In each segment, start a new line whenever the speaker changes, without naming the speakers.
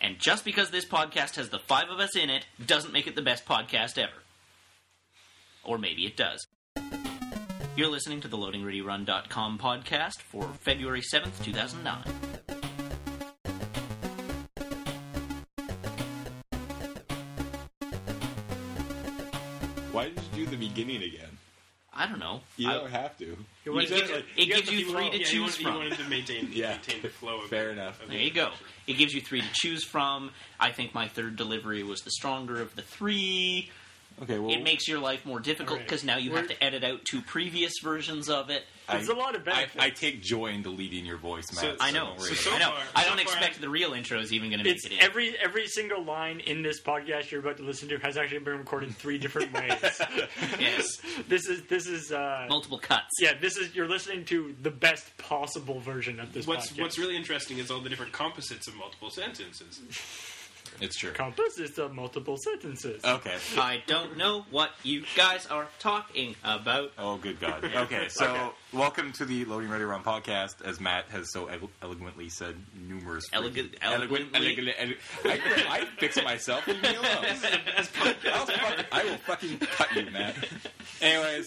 And just because this podcast has the five of us in it doesn't make it the best podcast ever. Or maybe it does. You're listening to the LoadingReadyRun.com podcast for February 7th, 2009.
Why did you do the beginning again?
I don't know.
You
I-
don't have to.
It,
You get to- it gives you three to
yeah,
choose
you wanted,
from.
You wanted to maintain,
Yeah.
maintain the flow. Of
Fair enough.
of the
there you go.
adventure.
It gives you three to choose from. I think my third delivery was the stronger of the three.
Okay, well,
It makes your life more difficult
Alright.
because now you have
We're-
to edit out two previous versions of it.
There's a lot of
I,
benefits.
I take joy in deleting your voice, Matt.
So-
so
I know.
don't worry
so-
about
I know.
far-
I
so
don't
far-
expect the real intro is even going to make
It's
it in.
every every single line in this podcast you're about to listen to has actually been recorded three different ways.
yes.
this is this is uh,
Multiple cuts.
yeah, this is you're listening to the best possible version of this
What's
podcast.
What's really interesting is all the different composites of multiple sentences.
it. It's true.
compass is the multiple sentences.
Okay.
I don't know what you guys are talking about.
Oh, good God. Okay, so welcome to the Loading Ready Run podcast, as Matt has so elo- eloquently said numerous
Elegant-
eloquent,
eloquently?
elegant- ele- I, I fix myself. Leave me alone. I'll fuck- I will fucking cut you, Matt. Anyways,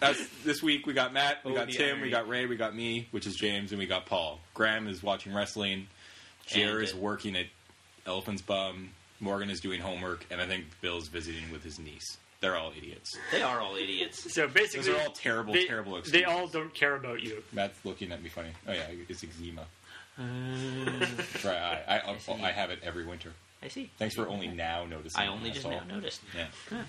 that's, this week we got Matt, we
Oh,
got
the
Tim,
irony.
we got Ray, we got me, which is James, and we got Paul. Graham is watching wrestling. Jer
And,
is
uh,
working at Elephant's Bum. Morgan is doing homework, and I think Bill's visiting with his niece. They're all idiots.
They are all idiots.
So
Those
basically,
are all terrible,
they,
terrible excuses.
they all don't care about you.
Matt's looking at me funny. Oh yeah, it's eczema.
Uh,
right, I, I, I,
see.
I have it every winter.
I see.
Thanks for only now noticing.
I only
that's
just
all.
now noticed.
Yeah.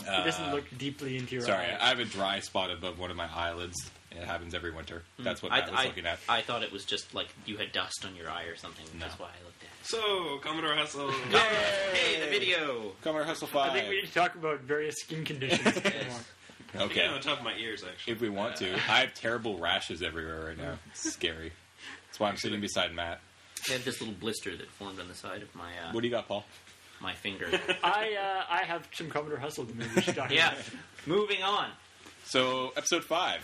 It doesn't look deeply into your
Uh, Sorry,
eyes.
I have a dry spot above one of my eyelids. It happens every winter. That's what
Hmm. I,
Matt was
I-
looking at.
I thought it was just like you had dust on your eye or something.
No.
That's why I looked at
So, Commodore Hustle.
it. Hey, the video!
Commodore Hustle
I
Five.
think we need to talk about various skin conditions.
okay.
on top of my ears, actually.
If we want
Uh.
to, I have terrible rashes everywhere right now. It's scary. That's why I'm sitting beside Matt.
I had this little blister that formed on the side of my uh,
What do you got, Paul?
my finger.
I uh, I have some Commodore Hustle that maybe we should talk
yeah.
about.
Moving on.
So, episode five,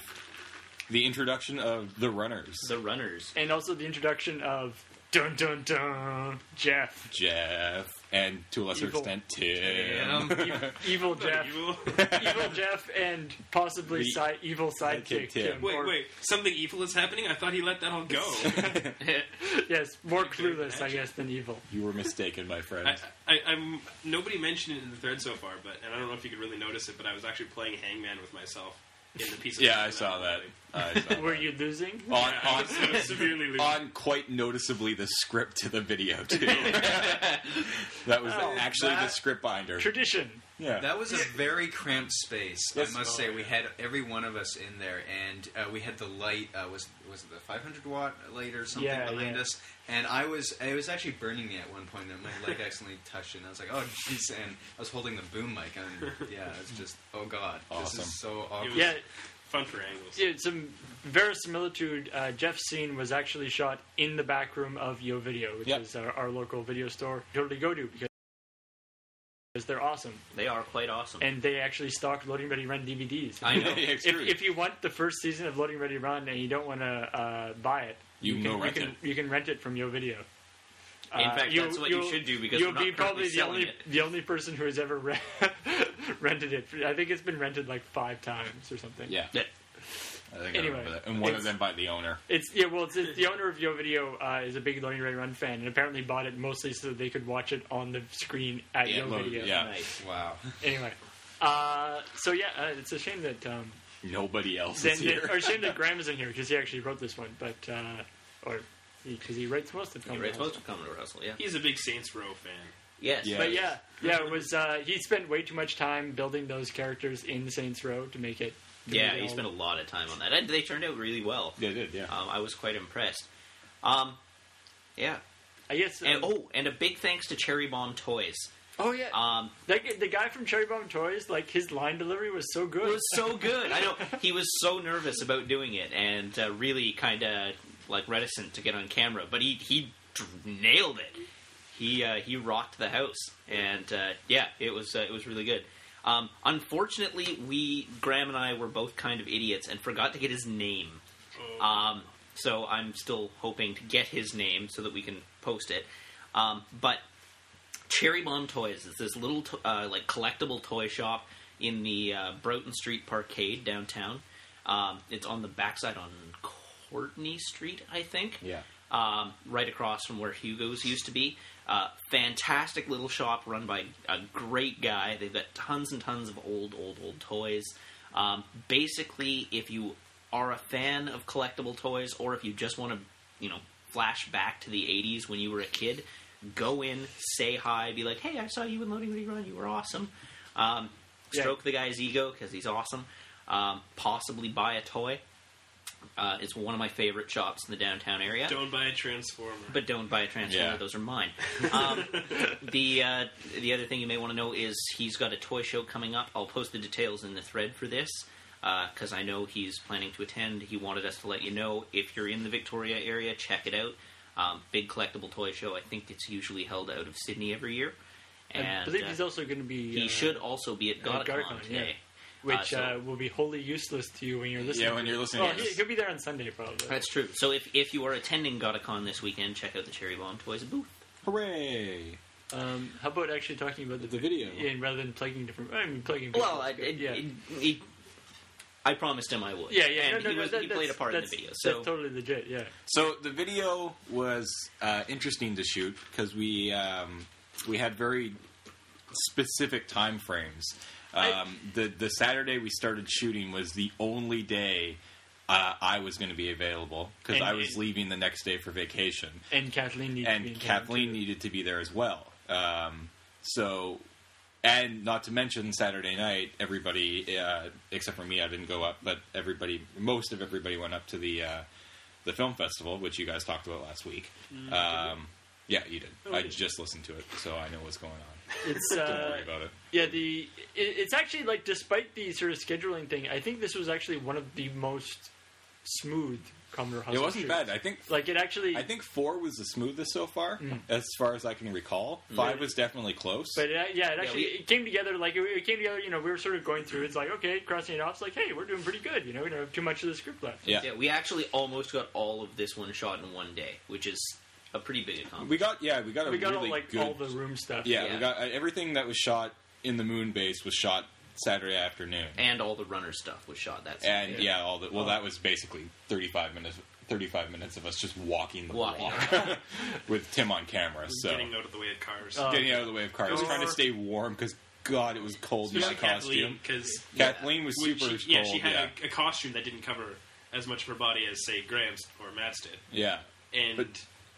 the introduction of the runners.
The runners.
And also the introduction of dun dun dun Jeff.
Jeff, and to a lesser
Evil.
extent, Tim.
Evil Jeff.
Evil.
evil Jeff and possibly
The-
si- evil
Kid
sidekick
Tim.
Tim.
Wait,
Or-
wait. Something evil is happening? I thought he let that all go.
Yes, more
couldn't
clueless, I
imagine.
guess, than evil.
You were mistaken, my friend.
I, I, I'm nobody mentioned it in the thread so far, but and I don't know if you could really notice it, but I was actually playing Hangman with myself in the piece. Of
yeah, I saw that. I saw
Were
that.
you losing?
On,
I
on,
was, I was severely losing.
on quite noticeably the script to the video, too. that was
Oh,
actually the
that-
script binder.
Tradition.
Yeah.
That was a very cramped space.
Yes.
I must
Oh,
say, we had every one of us in there, and uh, we had the light. Uh, was was it the 500 watt light or something
Yeah,
behind
yeah.
us? And I was it was actually burning me at one point. And my leg accidentally touched it. and I was like, oh jeez. And I was holding the boom mic, and yeah, it's just oh god,
Awesome.
this is so awkward.
was-
Yeah,
Fun for angles.
yeah, some verisimilitude. Uh, Jeff's scene was actually shot in the back room of Yo Video, which
Yep.
is our, our local video store. Totally go to because because they're awesome.
They are quite awesome.
And they actually stock Loading Ready Run DVDs.
I know.
Yeah, it's
if,
true.
if you want the first season of Loading Ready Run and you don't want to uh, buy it,
You can go
you
rent
can
it.
you can rent it from Yo Video.
In fact,
you'll-
that's what you
you'll-
should do because
you'll
we're not
be
currently
probably the
selling
only
it.
the only person who has ever re- rented it. I think it's been rented like five times or something.
Yeah.
Yeah.
I think I
Anyway,
remember that. And one of
it's-
them by the owner.
It's yeah. Well, it's, it's the owner of Yo Video uh, is a big Loading Ready Run fan and apparently bought it mostly so that they could watch it on the screen at
Yeah,
Yo
Load-
Video.
yeah.
Nice.
Wow.
Anyway. Uh, so yeah, uh, it's a shame that um,
Nobody else
then,
is here.
or shame that Graham isn't here because he actually wrote this one, but uh, or because he writes most of the
You were supposed to come to Russell, yeah.
He's a big Saints Row fan.
Yes.
Yeah.
But yeah, yeah, it was. Uh, he spent way too much time building those characters in Saints Row to make it. to
Yeah,
make it
he
all-
spent a lot of time on that. And they turned out really well.
they did, yeah.
Uh,
Um, I was quite impressed. Um, yeah.
I guess. um,
And, oh, and a big thanks to Cherry Bomb Toys.
oh yeah,
Um,
that, g- the guy from Cherry Bomb Toys, like his line delivery was so good.
it was so good. I know he was so nervous about doing it and uh, really kind of like reticent to get on camera, but he he dr- nailed it. He uh, he rocked the house, and uh, yeah, it was uh, it was really good. Um, unfortunately, we Graham and I were both kind of idiots and forgot to get his name. Um, so I'm still hoping to get his name so that we can post it. Um, but Cherry Bomb Toys. It's this little to- uh, like collectible toy shop in the uh, Broughton Street Parkade downtown. Um, it's on the backside on Courtney Street, I think.
Yeah.
Um, right across from where Hugo's used to be. Uh, fantastic little shop run by a great guy. They've got tons and tons of old, old, old toys. Um, basically, if you are a fan of collectible toys, or if you just want to, you know, flash back to the 80s when you were a kid, go in, say hi, be like, hey, I saw you in Loading Rerun, you were awesome. Um,
Yeah.
stroke the guy's ego because he's awesome. Um, possibly buy a toy. Uh, it's one of my favorite shops in the downtown area.
Don't buy a transformer.
But don't buy a transformer;
Yeah.
those are mine. Um, the uh, the other thing you may want to know is he's got a toy show coming up. I'll post the details in the thread for this because I know he's planning to attend. He wanted us to let you know if you're in the Victoria area, check it out. Um, big collectible toy show. I think it's usually held out of Sydney every year, and
I believe he's
uh,
also going to be.
he
uh,
should also be at
at
Godicon
Godicon,
today.
which
uh,
uh,
so-
will be wholly useless to you when you're listening.
Yeah, when
to
you're
it.
listening
Well,
to
he,
this.
he could be there on Sunday probably.
That's true. So if, if you are attending Godicon this weekend, check out the Cherry Bomb Toys booth.
Hooray!
Um, how about actually talking about the,
The video.
and rather than plugging different? I mean, plugging.
Well, I,
videos,
it,
yeah.
it, it- I promised him I would.
yeah, yeah,
And
no, no,
he,
no,
was,
that-
he played a
that's-
part in the
that's-
video. So
that's totally legit. Yeah,
So the video was uh, interesting to shoot because we um, we had very specific time frames. Um,
I-
the the Saturday we started shooting was the only day uh, I was going to be available because
And-
I was
and-
leaving the next day for vacation,
and Kathleen needs to be
and
in town,
Kathleen
too.
needed to be there as well. Um, so. And not to mention Saturday night, everybody uh, except for me, I didn't go up, but everybody, most of everybody, went up to the uh, the film festival, which you guys talked about last week. Um, yeah, you did.
Mm, Oh, we
I
did.
just listened to it, so I know what's going on.
It's
Don't
uh,
worry about it.
yeah. The it, it's actually like despite the sort of scheduling thing, I think this was actually one of the most smooth Commodore Hustle.
It wasn't
shoots.
bad. I think.
Like it actually.
I think four was the smoothest so far, as far as I can recall. Five was definitely close.
Mm. But it, yeah, it actually
we-
it came together like it, it came together. You know, we were sort of going through. It's like okay, crossing it off. It's like hey, we're doing pretty good. You know, we don't have too much of the script left.
yeah.
yeah, we actually almost got all of this one shot in one day, which is a pretty big accomplishment.
we got yeah, we got a
we got
really
all like
good.
all the room stuff.
yeah,
Yeah.
we got uh, everything that was shot in the moon base was shot Saturday afternoon,
and Oh. all the runner stuff was shot. That's
and
Yeah.
yeah, all the well, that was basically thirty five minutes. Thirty-five minutes of us just walking the
Walking.
block with Tim on camera. So
Getting out of the way of cars.
Uh,
getting out of the way of cars,
Or-
trying to stay warm because God, it was cold in my
Especially Kathleen,
costume.
because
Kathleen was super
she, yeah,
cold.
she had
yeah,
A, a costume that didn't cover as much of her body as say Graham's or Matt's did,
yeah.
and
But-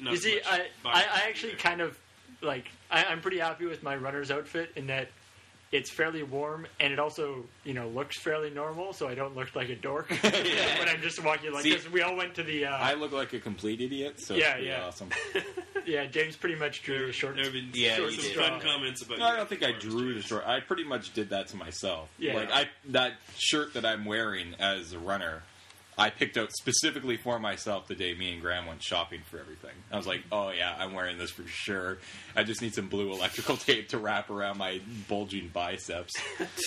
not
You
as
see,
much
I,
body
I, I
either.
actually kind of like I, I'm pretty happy with my runner's outfit in that it's fairly warm and it also you know looks fairly normal, so I don't look like a dork when I'm just walking like
See,
this. We all went to the uh,
I look like a complete idiot, so
Yeah,
it's pretty
yeah.
awesome.
yeah. James pretty much drew the short.
There have been
Yeah,
sorts
you
of
did.
fun comments about.
No, I
your
don't think I
uniforms,
drew the
James.
short. I pretty much did that to myself.
Yeah.
Like I that shirt that I'm wearing as a runner, I picked out specifically for myself the day me and Graham went shopping for everything. I was like, "Oh yeah, I'm wearing this for sure. I just need some blue electrical tape to wrap around my bulging biceps,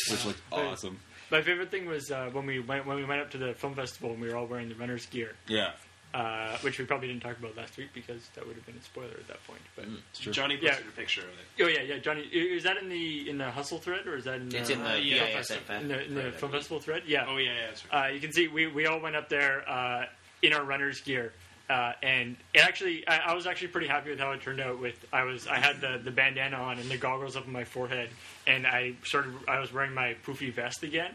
which looked awesome."
My favorite thing was uh, when we went when we went up to the film festival and we were all wearing the runner's gear,
Yeah.
uh, which we probably didn't talk about last week because that would have been a spoiler at that point.
Hmm.
But
Johnny
Yeah.
posted a picture of it.
oh yeah, yeah, Johnny, i- is that in the in the hustle thread or is that in the
It's in the
Uh, yeah,
yeah, BISFF.
in the, in the
thread, I
film
believe.
festival thread? Yeah.
Oh yeah, yeah, that's right.
Uh, you can see we, we all went up there uh, in our runner's gear, uh, and it actually I, I was actually pretty happy with how it turned out. With I was I had the, the bandana on and the goggles up on my forehead, and I started I was wearing my poofy vest again,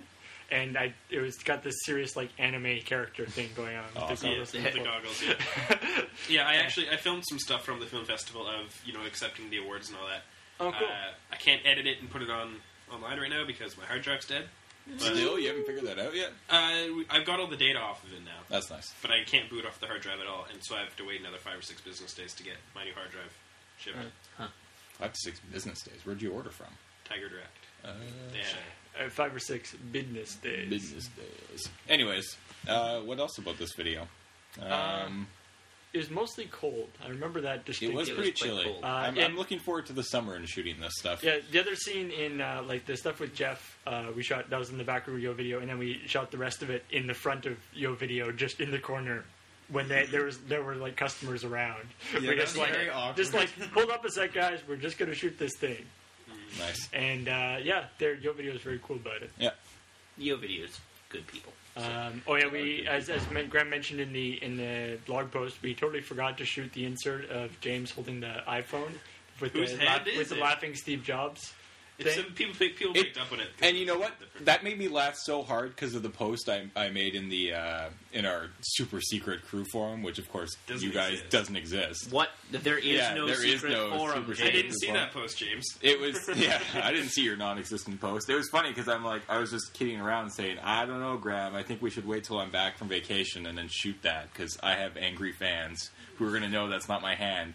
and I it was got this serious like anime character thing going on. with the
Awesome.
goggles
yeah,
and
the,
the-
goggles. Yeah. yeah, I actually I filmed some stuff from the film festival of you know accepting the awards and all that.
Oh, cool.
Uh, I can't edit it and put it on online right now because my hard drive's dead.
Still, you haven't figured that out yet.
Uh, we- I've got all the data off of it now,
That's nice.
but I can't boot off the hard drive at all, and so I have to wait another five or six business days to get my new hard drive shipped.
Mm. Five to six business days. Where'd you order from?
Tiger Direct.
Uh,
Yeah.
Uh, five or six business days.
business days. Anyways, uh, what else about this video? Um,
It was mostly cold. I remember that
it
distinctly.
was
it was
pretty
quite
chilly.
cold. Uh,
I'm,
yeah.
I'm looking forward to the summer and shooting this stuff.
Yeah, the other scene in uh, like the stuff with Jeff, uh, we shot that was in the back of Yo Video, and then we shot the rest of it in the front of Yo Video, just in the corner when they, there was there were like customers around.
Yeah,
we're
that
just
was
like
very awkward.
just like hold up a sec, guys. We're just gonna shoot this thing.
Nice.
And uh, yeah, their Yo video is very cool about it.
Yeah.
Yo videos, good people.
Um, oh yeah, we as as men- Graham mentioned in the in the blog post, we totally forgot to shoot the insert of James holding the iPhone with
Whose
the
hand is
with the
it?
laughing Steve Jobs.
It's
thing.
some people people
It-
picked up on it.
And you know what? That made me laugh so hard because of the post I, I made in the uh, in our super secret crew forum, which of course
Doesn't
you guys
exist.
doesn't exist.
What? There is
Yeah,
no
there is
secret
no
forum.
super
James.
I
secret.
didn't
as
see
well.
that post, James.
It was yeah. I didn't see your non-existent post. It was funny because I'm like I was just kidding around saying I don't know, Graham. I think we should wait till I'm back from vacation and then shoot that because I have angry fans who are going to know that's not my hand.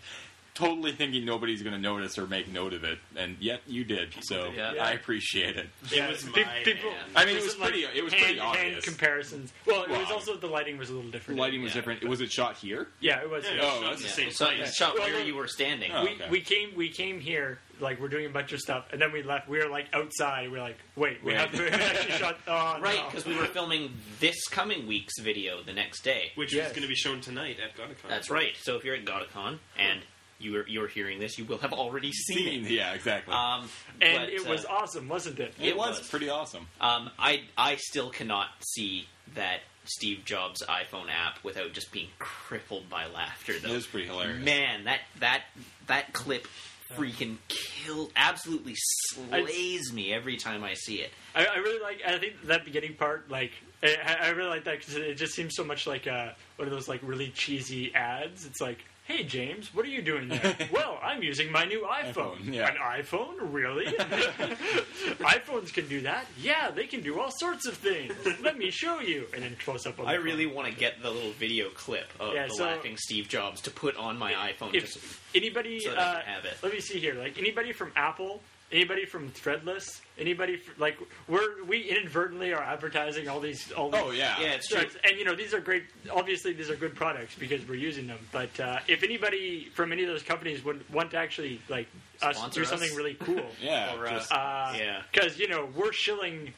Totally thinking nobody's going to notice or make note of it, and yet you did. So
Yeah.
I appreciate it.
It was my hand.
I mean, it
there's
was
some, like,
pretty. It was pretty
hand- hand
obvious.
comparisons. Well, it was
Well,
also the lighting was a little different.
lighting was
Yeah.
different. Was it shot here?
Yeah, it was.
Yeah,
yeah.
it
Oh,
was shot in the
Yeah,
same
so-
place.
shot
Well,
where
well,
you were standing.
Oh.
we,
okay.
we came we came here like we're doing a bunch of stuff and then we left we were like outside we were like wait we
Wait.
have to actually shut oh,
Right,
no.
because we were filming this coming week's video the next day.
Which
Yes.
is going to be shown tonight at Gonicon.
That's right. So if you're at Godicon and you're you're hearing this, you will have already seen
Scene.
it.
Yeah, exactly.
Um,
and
but,
it was
uh,
awesome wasn't it
it,
it
was,
was.
pretty awesome.
Um, I I still cannot see that Steve Jobs iPhone app without just being crippled by laughter.
It
Though,
was pretty hilarious.
man, that that that clip freaking killed, absolutely slays me every time I see it.
I, I really like I think that beginning part like I, I- I really like that because it just seems so much like uh, one of those like really cheesy ads it's like hey James what are you doing there well I'm using my new iPhone,
iPhone, yeah.
an iPhone really iPhones can do that yeah they can do all sorts of things let me show you and then close up on
I
the phone.
really want to get the little video clip of
Yeah,
the
so-
laughing Steve Jobs to put on my iPhone. just,
if anybody
so that I
uh,
can have it.
let me see here like anybody from apple anybody from threadless anybody fr- like we're we inadvertently are advertising all these all these
Oh yeah.
yeah, it's true.
products. and you know these are great obviously these are good products because we're using them but uh, if anybody from any of those companies would want to actually like us
Sponsor
do
us?
something really cool
Yeah.
Or, uh,
just-
uh,
Yeah.
because you know we're shilling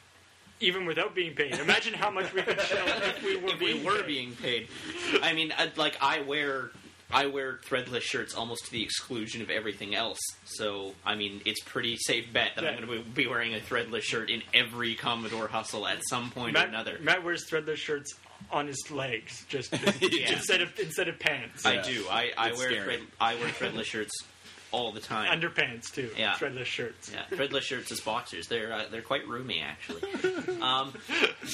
even without being paid imagine how much we could shill if we were
if we were
paid.
being paid. I mean, i like I wear I wear threadless shirts almost to the exclusion of everything else. So I mean, it's pretty safe bet that I'm
Yeah.
going to be wearing a threadless shirt in every Commodore hustle at some point or
Matt,
another.
Matt wears threadless shirts on his legs, just,
Yeah.
instead of instead of pants,
I
Yeah.
do. I, I
It's
wear
scary.
thread, I wear threadless shirts all the time.
underpants too.
Yeah.
threadless shirts.
yeah, threadless shirts as boxers. They're uh, they're quite roomy actually. Um,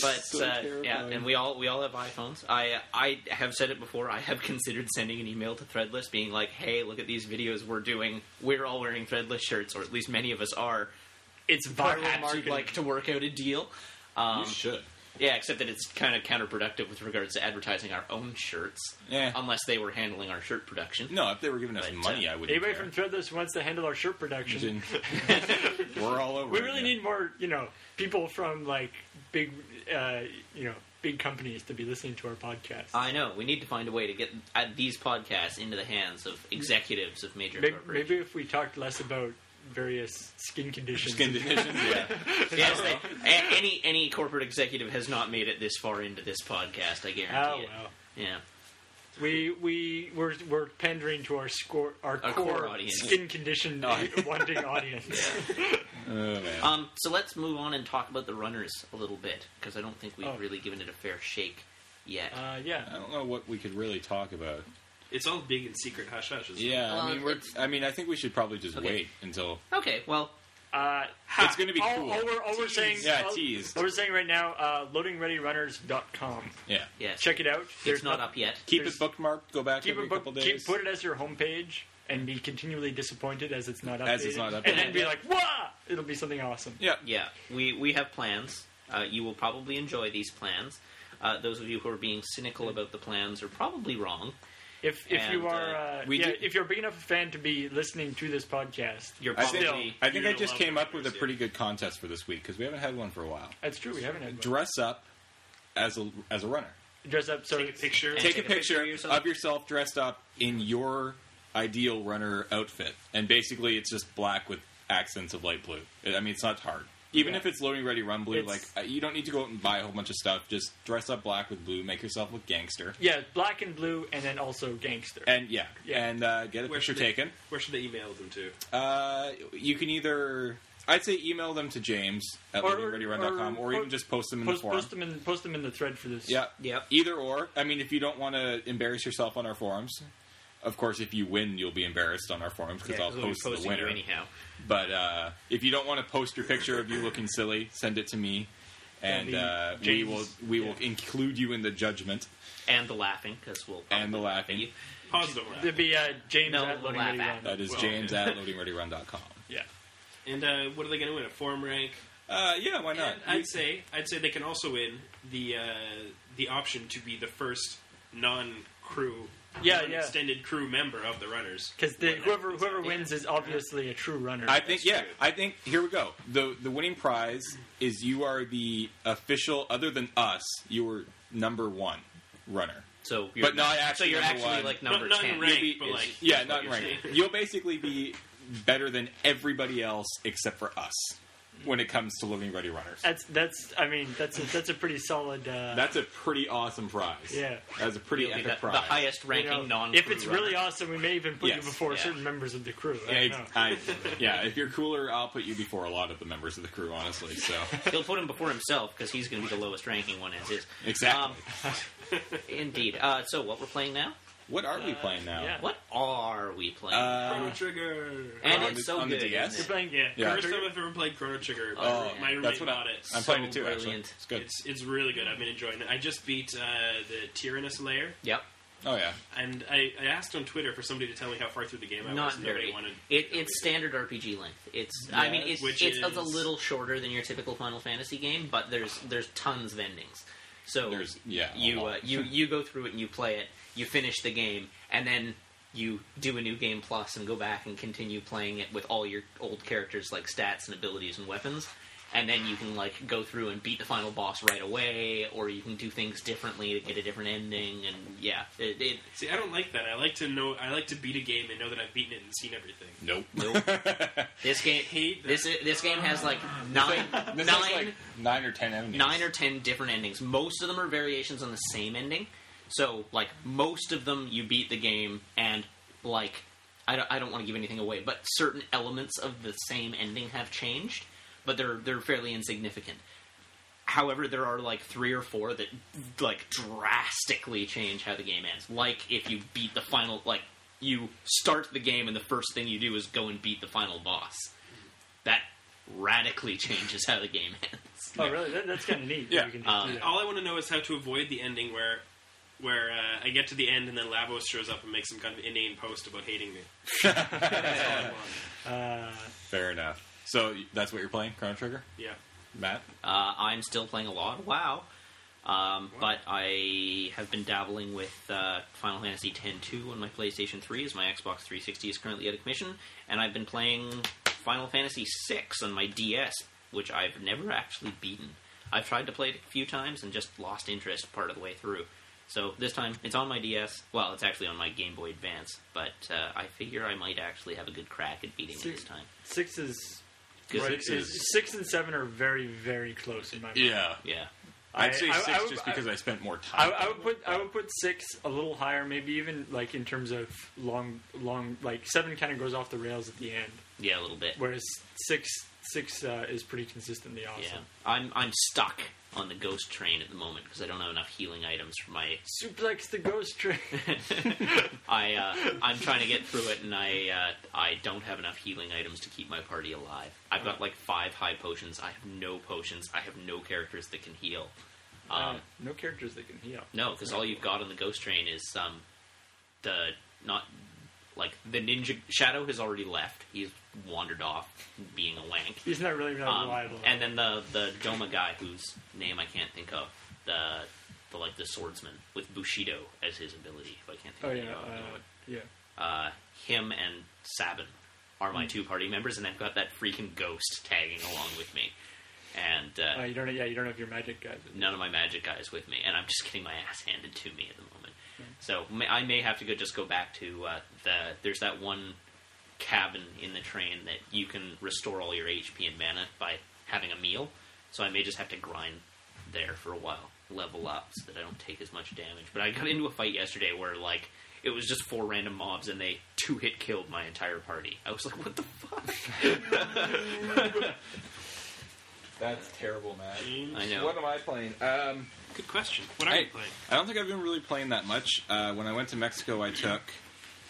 but uh, yeah,
terrifying.
and we all we all have iPhones. I I have said it before. I have considered sending an email to Threadless, being like, "Hey, look at these videos we're doing. We're all wearing Threadless shirts, or at least many of us are.
It's viral
Perhaps you'd
marketing.
like to work out a deal." Um,
you should.
yeah, except that it's kind of counterproductive with regards to advertising our own shirts,
Yeah.
unless they were handling our shirt production.
No, if they were giving us
But,
money, I wouldn't.
Anybody
care.
from Threadless who wants to handle our shirt production?
we're all over.
We
it,
really
yeah.
need more, you know, people from like big, uh, you know, big companies to be listening to our podcast.
I know. We need to find a way to get uh, these podcasts into the hands of executives of major
maybe,
corporations.
maybe if we talked less about various skin conditions.
skin division. Yeah.
Yes, they- a- any any corporate executive has not made it this far into this podcast. I guarantee
Oh
it.
well.
Yeah,
We we we're, we're pandering to our score our,
Our
core,
core audience.
skin condition wanting audience.
Oh, man.
Um, so let's move on and talk about the runners a little bit because I don't think we've
Oh.
really given it a fair shake yet.
Uh, yeah,
I don't know what we could really talk about.
It's all big and secret hush hush. isn't it?
Yeah,
Well,
I mean, we're,
it's-
I mean, I think we should probably just
Okay.
wait until
okay, well,
uh,
it's going to be
all,
cool.
all we're, all we're saying,
Yeah,
all,
teased.
all we're saying right now, uh, loadingreadyrunners.com.
yeah,
yes,
Check it out.
it's not up yet.
keep it
There's-
bookmarked. Go back
Keep
every
it book,
couple days.
keep put it as your homepage and be continually disappointed as it's not updated.
As it's not
and
updated,
then be
yeah.
like, "Wah!" It'll be something awesome.
yeah,
Yeah, we we have plans. Uh, you will probably enjoy these plans. Uh, those of you who are being cynical about the plans are probably wrong.
If if you
And,
are
uh,
uh,
we
yeah,
do-
if you're a big enough fan to be listening to this podcast,
You're
I think,
probably
I think I
You're
just
gonna
came
love
up with a
this, yeah.
pretty good contest for this week because we haven't had one for a while.
that's true. We haven't had one.
Dress up as a as a runner.
dress up. So
Take a
it's-
picture.
And
Take,
take
a
a picture
picture,
of yourself.
of yourself dressed up in your ideal runner outfit, and basically it's just black with accents of light blue. I mean, it's not hard. Even
Yeah.
if it's loading ready run blue,
It's-
like uh, you don't need to go out and buy a whole bunch of stuff. Just dress up black with blue, make yourself look gangster,
Yeah, black and blue, and then also gangster.
and yeah,
Yeah.
and uh, get a
Where
picture
should they-
taken.
Where should I email them to?
Uh, you can either I'd say email them to James at
Or-
loadingreadyrun.com, or,
or-
even just post them in the
post,
forum.
post them in post them in the thread for this.
Yeah.
Yep.
Either or. I mean, if you don't want to embarrass yourself on our forums, of course, if you win, you'll be embarrassed on our forums because
Yeah,
I'll
we'll be
post the
posting you
winner.
anyhow.
But uh, if you don't want to post your picture of you looking silly, send it to me, and uh,
That'd be
we will
James.
we will include you in the judgment.
And the laughing, because we'll probably
And the
laugh at
laughing.
you.
Positive
It'd be uh, James
No,
at
we'll
Loading
laugh
Ready
at
Run.
That is
Well,
James
yeah.
at loadingreadyrun.com.
Yeah.
And uh, what are they going to win? A form rank?
Uh, yeah, why not?
And I'd say I'd say they can also win the uh, the option to be the first non crew,
Yeah, yeah.
extended crew member of the runners.
Because
Whatever
whoever
it's
whoever
like.
wins is obviously a true runner.
I think
That's
yeah.
true.
I think here we go. the The winning prize is you are the official, other than us, you were number one runner.
So you're,
But not
so
actually
you're
number
actually
one.
like
Not-
number
not in
ten.
rank,
You'll be-
but like
yeah,
that's
not
what
right.
you're saying.
You'll basically be better than everybody else except for us when it comes to living ready runners.
that's that's I mean that's a, that's a pretty solid. Uh,
That's a pretty awesome prize.
Yeah.
that's a pretty
You'll be
epic
the, the
prize.
highest
you
ranking
know,
non.
if it's really awesome, we may even put
Yes,
you before
yeah.
certain members of the crew. I
Yeah,
don't know.
ex- I- yeah, if you're cooler, I'll put you before a lot of the members of the crew, honestly. So
he'll put him before himself because he's going to be the lowest ranking one as is.
exactly.
Um, indeed. Uh, so what we're playing now?
what are
uh,
we playing now?
yeah.
What are we playing?
Uh,
Chrono Trigger.
and
on
it's
the-
so
on the
good.
DS?
isn't
You're
it?
playing, yeah.
Yeah.
First time I've ever played Chrono Trigger.
Oh,
my
yeah.
roommate
That's what I-
bought it.
I'm
So
playing it too.
brilliant.
Actually, it's good.
It's it's really good. I've been enjoying it. I just beat uh, the Tyrannus Lair,
Yep.
oh yeah.
and I, I asked on Twitter for somebody to tell me how far through the game I was.
Not
and
very.
Nobody wanted.
It,
nobody
it's
did.
standard RPG length. It's I mean it's
Which
it's
is-
a little shorter than your typical Final Fantasy game, but there's there's tons of endings. So
There's- yeah, a
you uh,
lot.
you you go through it and you play it, you finish the game, and then you do a new game plus and go back and continue playing it with all your old characters like stats and abilities and weapons. And then you can like go through and beat the final boss right away, or you can do things differently to get a different ending. And yeah, it, it
See, I don't like that. I like to know. I like to beat a game and know that I've beaten it and seen everything.
Nope.
Nope. This game,
hate that.
this this game has like nine,
This is
nine-
like nine or ten enemies.
nine or ten different endings. Most of them are variations on the same ending. So, like, most of them, you beat the game, and like, I don't, I don't want to give anything away, but certain elements of the same ending have changed, but they're they're fairly insignificant. However, there are like three or four that like drastically change how the game ends. Like if you beat the final, like you start the game and the first thing you do is go and beat the final boss. That radically changes how the game ends.
Oh, really? That, that's kind of neat. that
Yeah. Uh,
You can
Um,
do that.
All I want to know is how to avoid the ending where where uh, I get to the end and then Lavos shows up and makes some kind of inane post about hating me. That's all I want.
Fair enough. So that's what you're playing, Chrono Trigger,
Yeah.
Matt.
Uh, I'm still playing a lot of WoW, um, but I have been dabbling with uh, Final Fantasy X-2 on my PlayStation 3 as my Xbox 360 is currently out of commission, and I've been playing Final Fantasy VI on my DS, which I've never actually beaten. I've tried to play it a few times and just lost interest part of the way through. So this time it's on my DS. Well, it's actually on my Game Boy Advance, but uh, I figure I might actually have a good crack at beating it
Six-
this time.
Six is.
Good.
right,
Six
is-
is-
six and seven are very, very close in my mind.
Yeah.
I'd say
I- I-
six
I would-
just
I-
because I, spent more time.
I, I would put I would put six a little higher, maybe even like in terms of long long like seven kind of goes off the rails at the end,
Yeah, a little bit.
whereas six six uh, is pretty consistently awesome.
Yeah, I'm I'm stuck on the ghost train at the moment because I don't have enough healing items for my.
Suplex the ghost train.
I uh, I'm trying to get through it, and I uh, I don't have enough healing items to keep my party alive. I've got like five high potions. I have no potions. I have no characters that can heal. Um,
Uh,
no characters that can heal.
no, because all you've got on the ghost train is um, the not like the ninja shadow has already left. He's wandered off, being a wank.
He's not really that
Um,
reliable.
and then the the Doma guy whose name I can't think of, the the like the swordsman with Bushido as his ability. If I can't
oh
think
yeah,
of
uh,
the name of
yeah.
it. Uh, him and Sabin are
Hmm.
my two party members, and I've got that freaking ghost tagging along with me, and uh,
Uh, you don't know. Yeah, you don't know if you're magic guys.
none of my magic guys with me, and I'm just getting my ass handed to me at the moment. So may, I may have to go just go back to uh, the. There's that one cabin in the train that you can restore all your HP and mana by having a meal. So I may just have to grind there for a while, level up so that I don't take as much damage. But I got into a fight yesterday where like it was just four random mobs and they two hit killed my entire party. I was like, what the fuck?
That's terrible, Matt.
I know.
What am I playing? Um,
Good question. What are
I,
you playing?
I don't think I've been really playing that much. Uh, when I went to Mexico, I took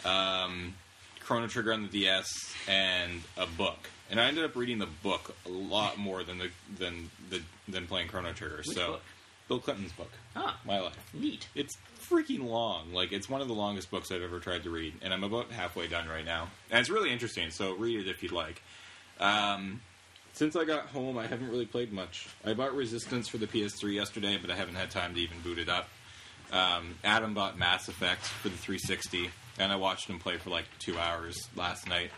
um, Chrono Trigger on the DS and a book, and I ended up reading the book a lot more than the than the than playing Chrono Trigger.
Which
so,
book?
Bill Clinton's book,
Ah.
My Life.
Neat.
It's freaking long. Like it's one of the longest books I've ever tried to read, and I'm about halfway done right now. And it's really interesting. So read it if you'd like. Um, since I got home, I haven't really played much. I bought Resistance for the PS3 yesterday, but I haven't had time to even boot it up. Um, Adam bought Mass Effect for the 360, and I watched him play for like two hours last night.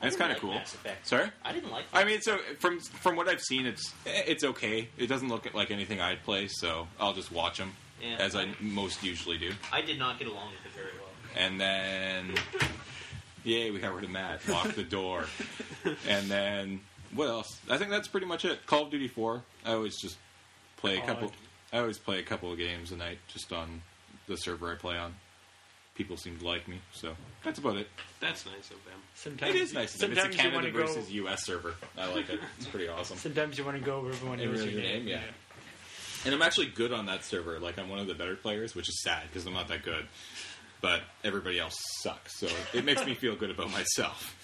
And it's
I
kind
didn't
of cool.
like Mass Effect.
Sorry.
I didn't like
I mean, so from from what I've seen, it's it's okay. It doesn't look like anything I'd play, so I'll just watch them
Yeah.
as I most usually do.
I did not get along with it very well.
And then, yay, we got rid of Matt. Lock the door. and then, what else? I think that's pretty much it. Call of Duty Four. I always just play a
God.
couple. I always play a couple of games a night, just on the server I play on. People seem to like me, so that's about it.
That's nice of them.
Sometimes
It is nice. of them. It's a
sometimes you
Canada
wanna go-
versus U.S. server. I like it. It's pretty awesome.
Sometimes you want to go where everyone
Everyone
knows your
knows your
name.
name, yeah. And I'm actually good on that server. Like I'm one of the better players, which is sad because I'm not that good. But everybody else sucks, so it makes me feel good about myself.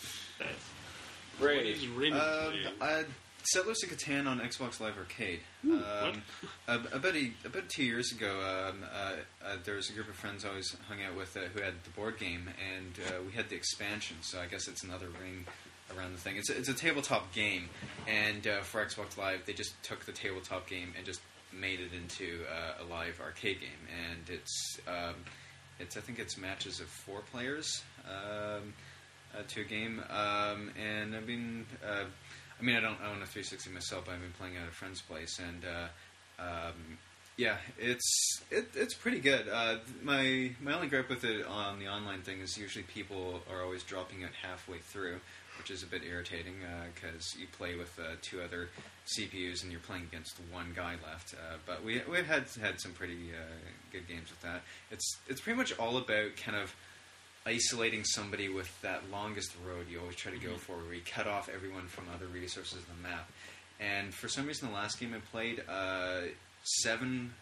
What
Right.
is Rin
Uh,
playing?
uh, Settlers of Catan on Xbox Live Arcade. Um, ab- about a, about two years ago, um, uh, uh, there was a group of friends I always hung out with uh, who had the board game, and uh, we had the expansion. So I guess it's another ring around the thing. It's a, it's a tabletop game, and uh, for Xbox Live, they just took the tabletop game and just made it into uh, a live arcade game, and it's um, it's I think it's matches of four players. Um, uh, to a game, um, and I've been. Uh, I mean, I don't own a 360 myself, but I've been playing it at a friend's place, and uh, um, yeah, it's it, it's pretty good. Uh, th- my my only gripe with it on the online thing is usually people are always dropping out halfway through, which is a bit irritating because you play with uh, two other CPUs and you're playing against one guy left. Uh, but we we've had had some pretty uh, good games with that. It's it's pretty much all about kind of isolating somebody with that longest road you always try to go for, where you cut off everyone from other resources on the map. And for some reason, the last game I played, uh, seven.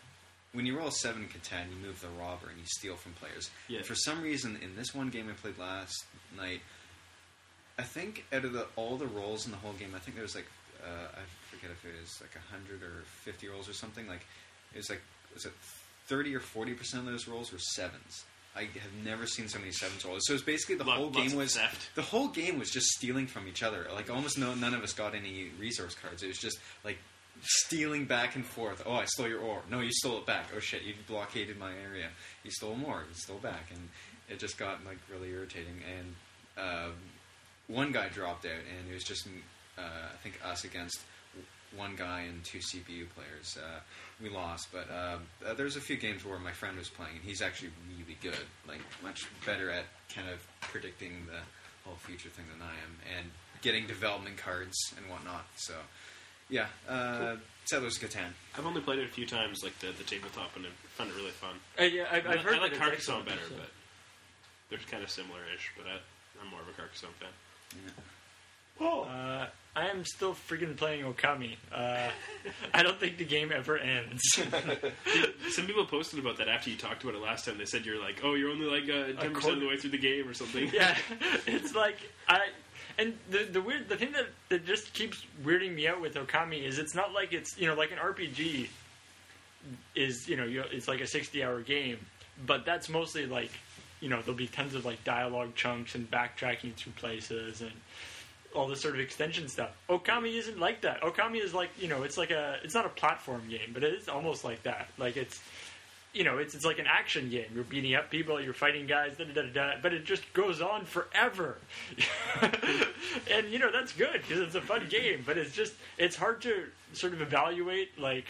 When you roll seven Catan, you move the robber and you steal from players.
Yeah.
And For some reason, in this one game I played last night, I think out of the all the rolls in the whole game, I think there was like uh, I forget if it was like hundred or fifty rolls or something. Like it was like was it thirty or forty percent of those rolls were sevens. I have never seen so many sevens rolls. So it's basically the
Lot-
whole
lots
game
of
was
theft.
the whole game was just stealing from each other. Like almost no none of us got any resource cards. It was just like stealing back and forth. Oh, I stole your ore. No, you stole it back. Oh shit, you blockaded my area. You stole more. You stole back, and it just got like really irritating. And uh, one guy dropped out, and it was just uh, I think us against w- one guy and two CPU players. Uh, we lost, but uh, uh, there's a few games where my friend was playing, and he's actually really good, like much better at kind of predicting the whole future thing than I am, and getting development cards and whatnot. So, yeah, uh, Settlers of Catan.
I've only played it a few times, like the, the tabletop, and I found it really fun.
Uh, yeah, I've, I've
I-
heard
I
that
like
it's
Carcassonne
excellent,
better,
so-
but they're kind of similar-ish. But I, I'm more of a Carcassonne fan.
Uh, I am still freaking playing Okami. Uh, I don't think the game ever ends.
Some people posted about that after you talked about it last time. They said you're like, oh, you're only like ten percent of
quarter-
the way through the game or something.
yeah, it's like I. And the the weird the thing that that just keeps weirding me out with Okami is it's not like it's you know like an RPG is you know you, it's like a sixty hour game, but that's mostly like you know there'll be tons of like dialogue chunks and backtracking through places and all this sort of extension stuff. Okami isn't like that. Okami is like you know it's like a it's not a platform game, but it is almost like that. Like it's you know, it's, it's like an action game. You're beating up people, you're fighting guys, da da da da. But it just goes on forever, and you know that's good because it's a fun game. But it's just it's hard to sort of evaluate. Like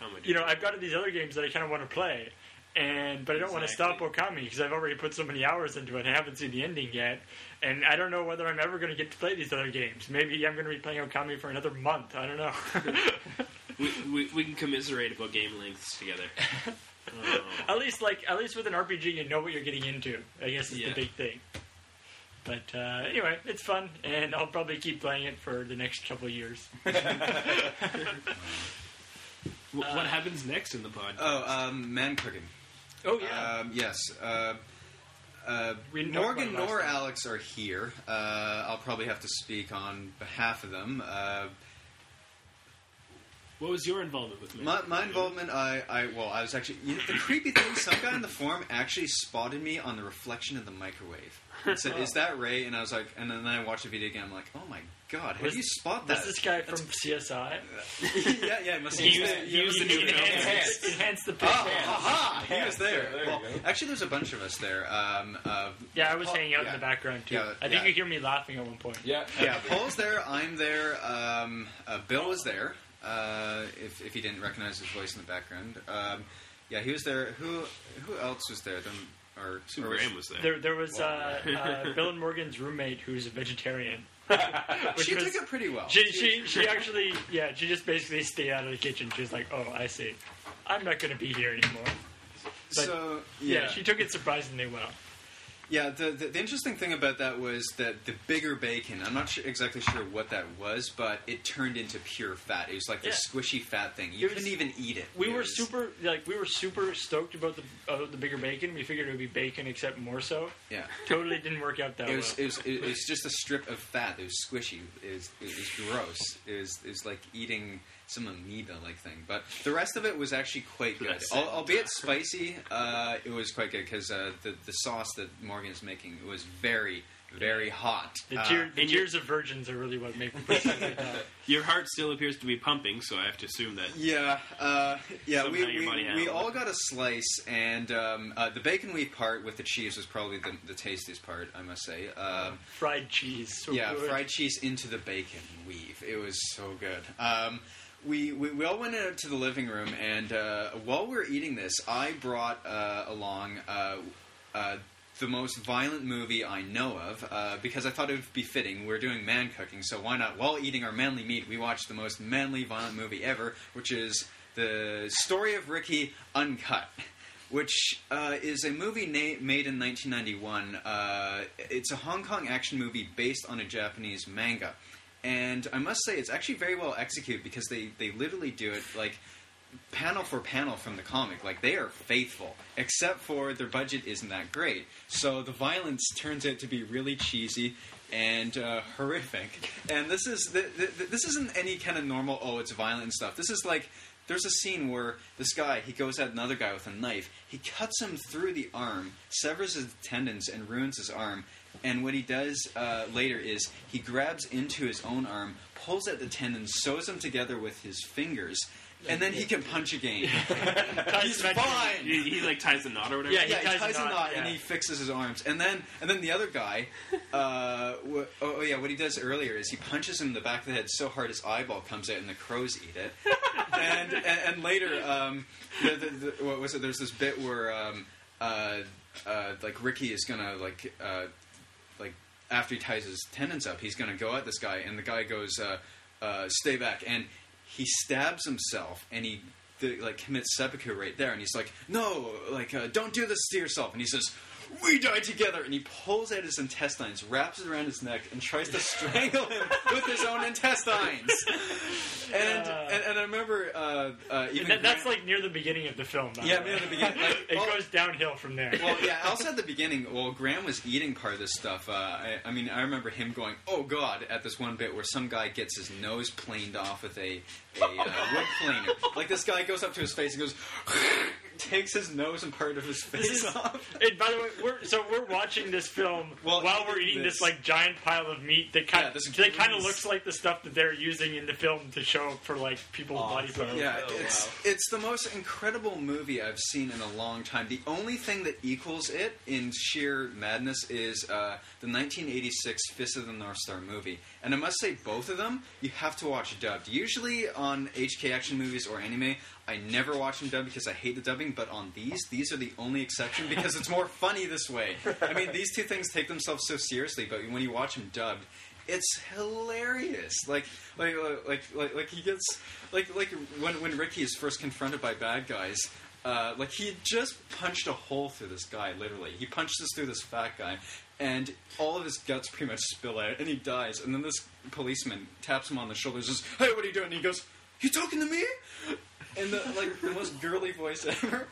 How am I doing?
you know, I've got these other games that I kind of want to play, and but I don't want to stop
Exactly.
Okami because I've already put so many hours into it. I haven't seen the ending yet, and I don't know whether I'm ever going to get to play these other games. Maybe I'm going to be playing Okami for another month. I don't know.
We, we, we can commiserate about game lengths together. Oh.
at least like at least with an RPG, you know what you're getting into. I guess is
Yeah.
the big thing. But uh, anyway, it's fun, and I'll probably keep playing it for the next couple of years.
Wh- what happens next in the pod?
Oh, um, man cooking.
Oh yeah,
Um, yes. Uh, uh,
We didn't talk
Morgan
about it last
nor
time.
Alex are here. Uh, I'll probably have to speak on behalf of them. Uh,
what was your involvement with me?
my, my involvement, I, I well, I was actually you know, the creepy thing. Some guy in the forum actually spotted me on the reflection of the microwave. And said, "Is that Ray?" And I was like, and then I watched the video again. I'm like, "Oh my god, how
Was-
do you spot
was
that?"
this guy from CSI?
yeah, yeah, it must be.
He used- he used the new
enhance,
enhance.
enhance the
Oh,
picture.
aha! He
Yeah,
was there.
there you
well,
go.
actually, there's a bunch of us there. Um, uh,
Yeah, I was
Paul-
hanging out
yeah.
in the background too.
Yeah,
I think
yeah.
you hear me laughing at one point.
Yeah,
yeah, Paul's there. I'm there. Um, uh, Bill was there. Uh, if if he didn't recognize his voice in the background, um, yeah, he was there. Who who else was there? Them or,
Sue
or was-
Graham was there.
There, there was uh,
Wow.
uh, Bill and Morgan's roommate who's a vegetarian. Which
she
was-
took it pretty well.
she, she, she actually, yeah, she just basically stayed out of the kitchen. She was like, oh, I see. I'm not going to be here anymore. but-
so
Yeah, she took it surprisingly well.
Yeah, the, the the interesting thing about that was that the bigger bacon. I'm not sure, exactly sure what that was, but it turned into pure fat. It was like this squishy fat thing. You
It was-
couldn't even eat it.
We
It
were
was-
super, like, we were super stoked about the about the bigger bacon. We figured it would be bacon, except more so.
Yeah,
Totally didn't work out that
it was,
well.
it was it was just a strip of fat. It was squishy. It was, it was gross. It was it was like eating some amoeba like thing. But the rest of it was actually quite good,
That's
Al-
it.
albeit spicy. Uh, it was quite good because uh, the the sauce that Morgan is making was very very hot.
the
Uh,
tear, the
and you-
tears of virgins are really what make me
Your heart still appears to be pumping, so I have to assume that.
Yeah, uh, yeah. We,
Somehow your
we,
body
we
handled
all got a slice, and um, uh, the bacon weave part with the cheese was probably the, the tastiest part, I must say. Um,
fried cheese. So
yeah,
good.
fried cheese into the bacon weave. It was so good. Um, we, we, we all went out to the living room, and uh, while we were eating this, I brought uh, along uh, uh, the most violent movie I know of uh, because I thought it would be fitting. We're doing man cooking, so why not? While eating our manly meat, we watched the most manly violent movie ever, which is The Story of Ricky Uncut. Which uh, is a movie na- made in 1991. Uh, it's a Hong Kong action movie based on a Japanese manga, and I must say it's actually very well executed because they they literally do it like panel for panel from the comic. Like they are faithful, except for their budget isn't that great. So the violence turns out to be really cheesy and uh, horrific. And this is th- th- th- this isn't any kind of normal. Oh, it's violent and stuff. This is like. There's a scene where this guy he goes at another guy with a knife. He cuts him through the arm, severs his tendons, and ruins his arm. And what he does uh, later is he grabs into his own arm, pulls at the tendons, sews them together with his fingers, and then he can punch again. He's fine.
He, he, like ties the knot or whatever.
Yeah,
Yeah, he ties a knot, and
yeah.
he fixes his arms, and then and then the other guy, uh, wh- oh, oh yeah, what he does earlier is he punches him in the back of the head so hard his eyeball comes out, and the crows eat it. and, and and later, um, the, the, the, what was it? There's this bit where um, uh, uh, like Ricky is gonna like uh, like after he ties his tendons up, he's going to go at this guy, and the guy goes, uh, uh, "Stay back!" and he stabs himself, and he th- like commits seppuku right there, and he's like, "No, like uh, don't do this to yourself," and he says. We die together, and he pulls out his intestines, wraps it around his neck, and tries to strangle him with his own intestines. And and, and I remember uh, uh, even
That- that's
Grant-
like near the beginning of the film. by
yeah,
the way.
near the beginning, like,
It
all-
goes downhill from there.
well, yeah. Also at the beginning, while Graham was eating part of this stuff, uh, I, I mean, I remember him going, "Oh God!" at this one bit where some guy gets his nose planed off with a, a uh, wood planer. Like this guy goes up to his face and goes, takes his nose and part of his face off.
and by the way, we're, so we're watching this film
Well,
while
eating
we're eating this.
this.
like giant pile of meat that kind
Yeah, this
that kind of
grease.
looks like the stuff that they're using in the film to show for like people's body parts.
Yeah,
Oh,
it's
wow.
it's the most incredible movie I've seen in a long time. The only thing that equals it in sheer madness is uh, the 1986 Fist of the North Star movie, and I must say both of them you have to watch dubbed. Usually on HK action movies or anime, I never watch them dub because I hate the dubbing, but on these, these are the only exception because it's more funny this way. I mean, these two things take themselves so seriously, but when you watch them dubbed, it's hilarious. Like, like, like, like, like he gets like, like when when Ricky is first confronted by bad guys. Uh, like he had just punched a hole through this guy, literally. He punched this through this fat guy, and all of his guts pretty much spill out, and he dies. And then this policeman taps him on the shoulder, says, "Hey, what are you doing?" And he goes, "You talking to me?" in the like the most girly voice ever.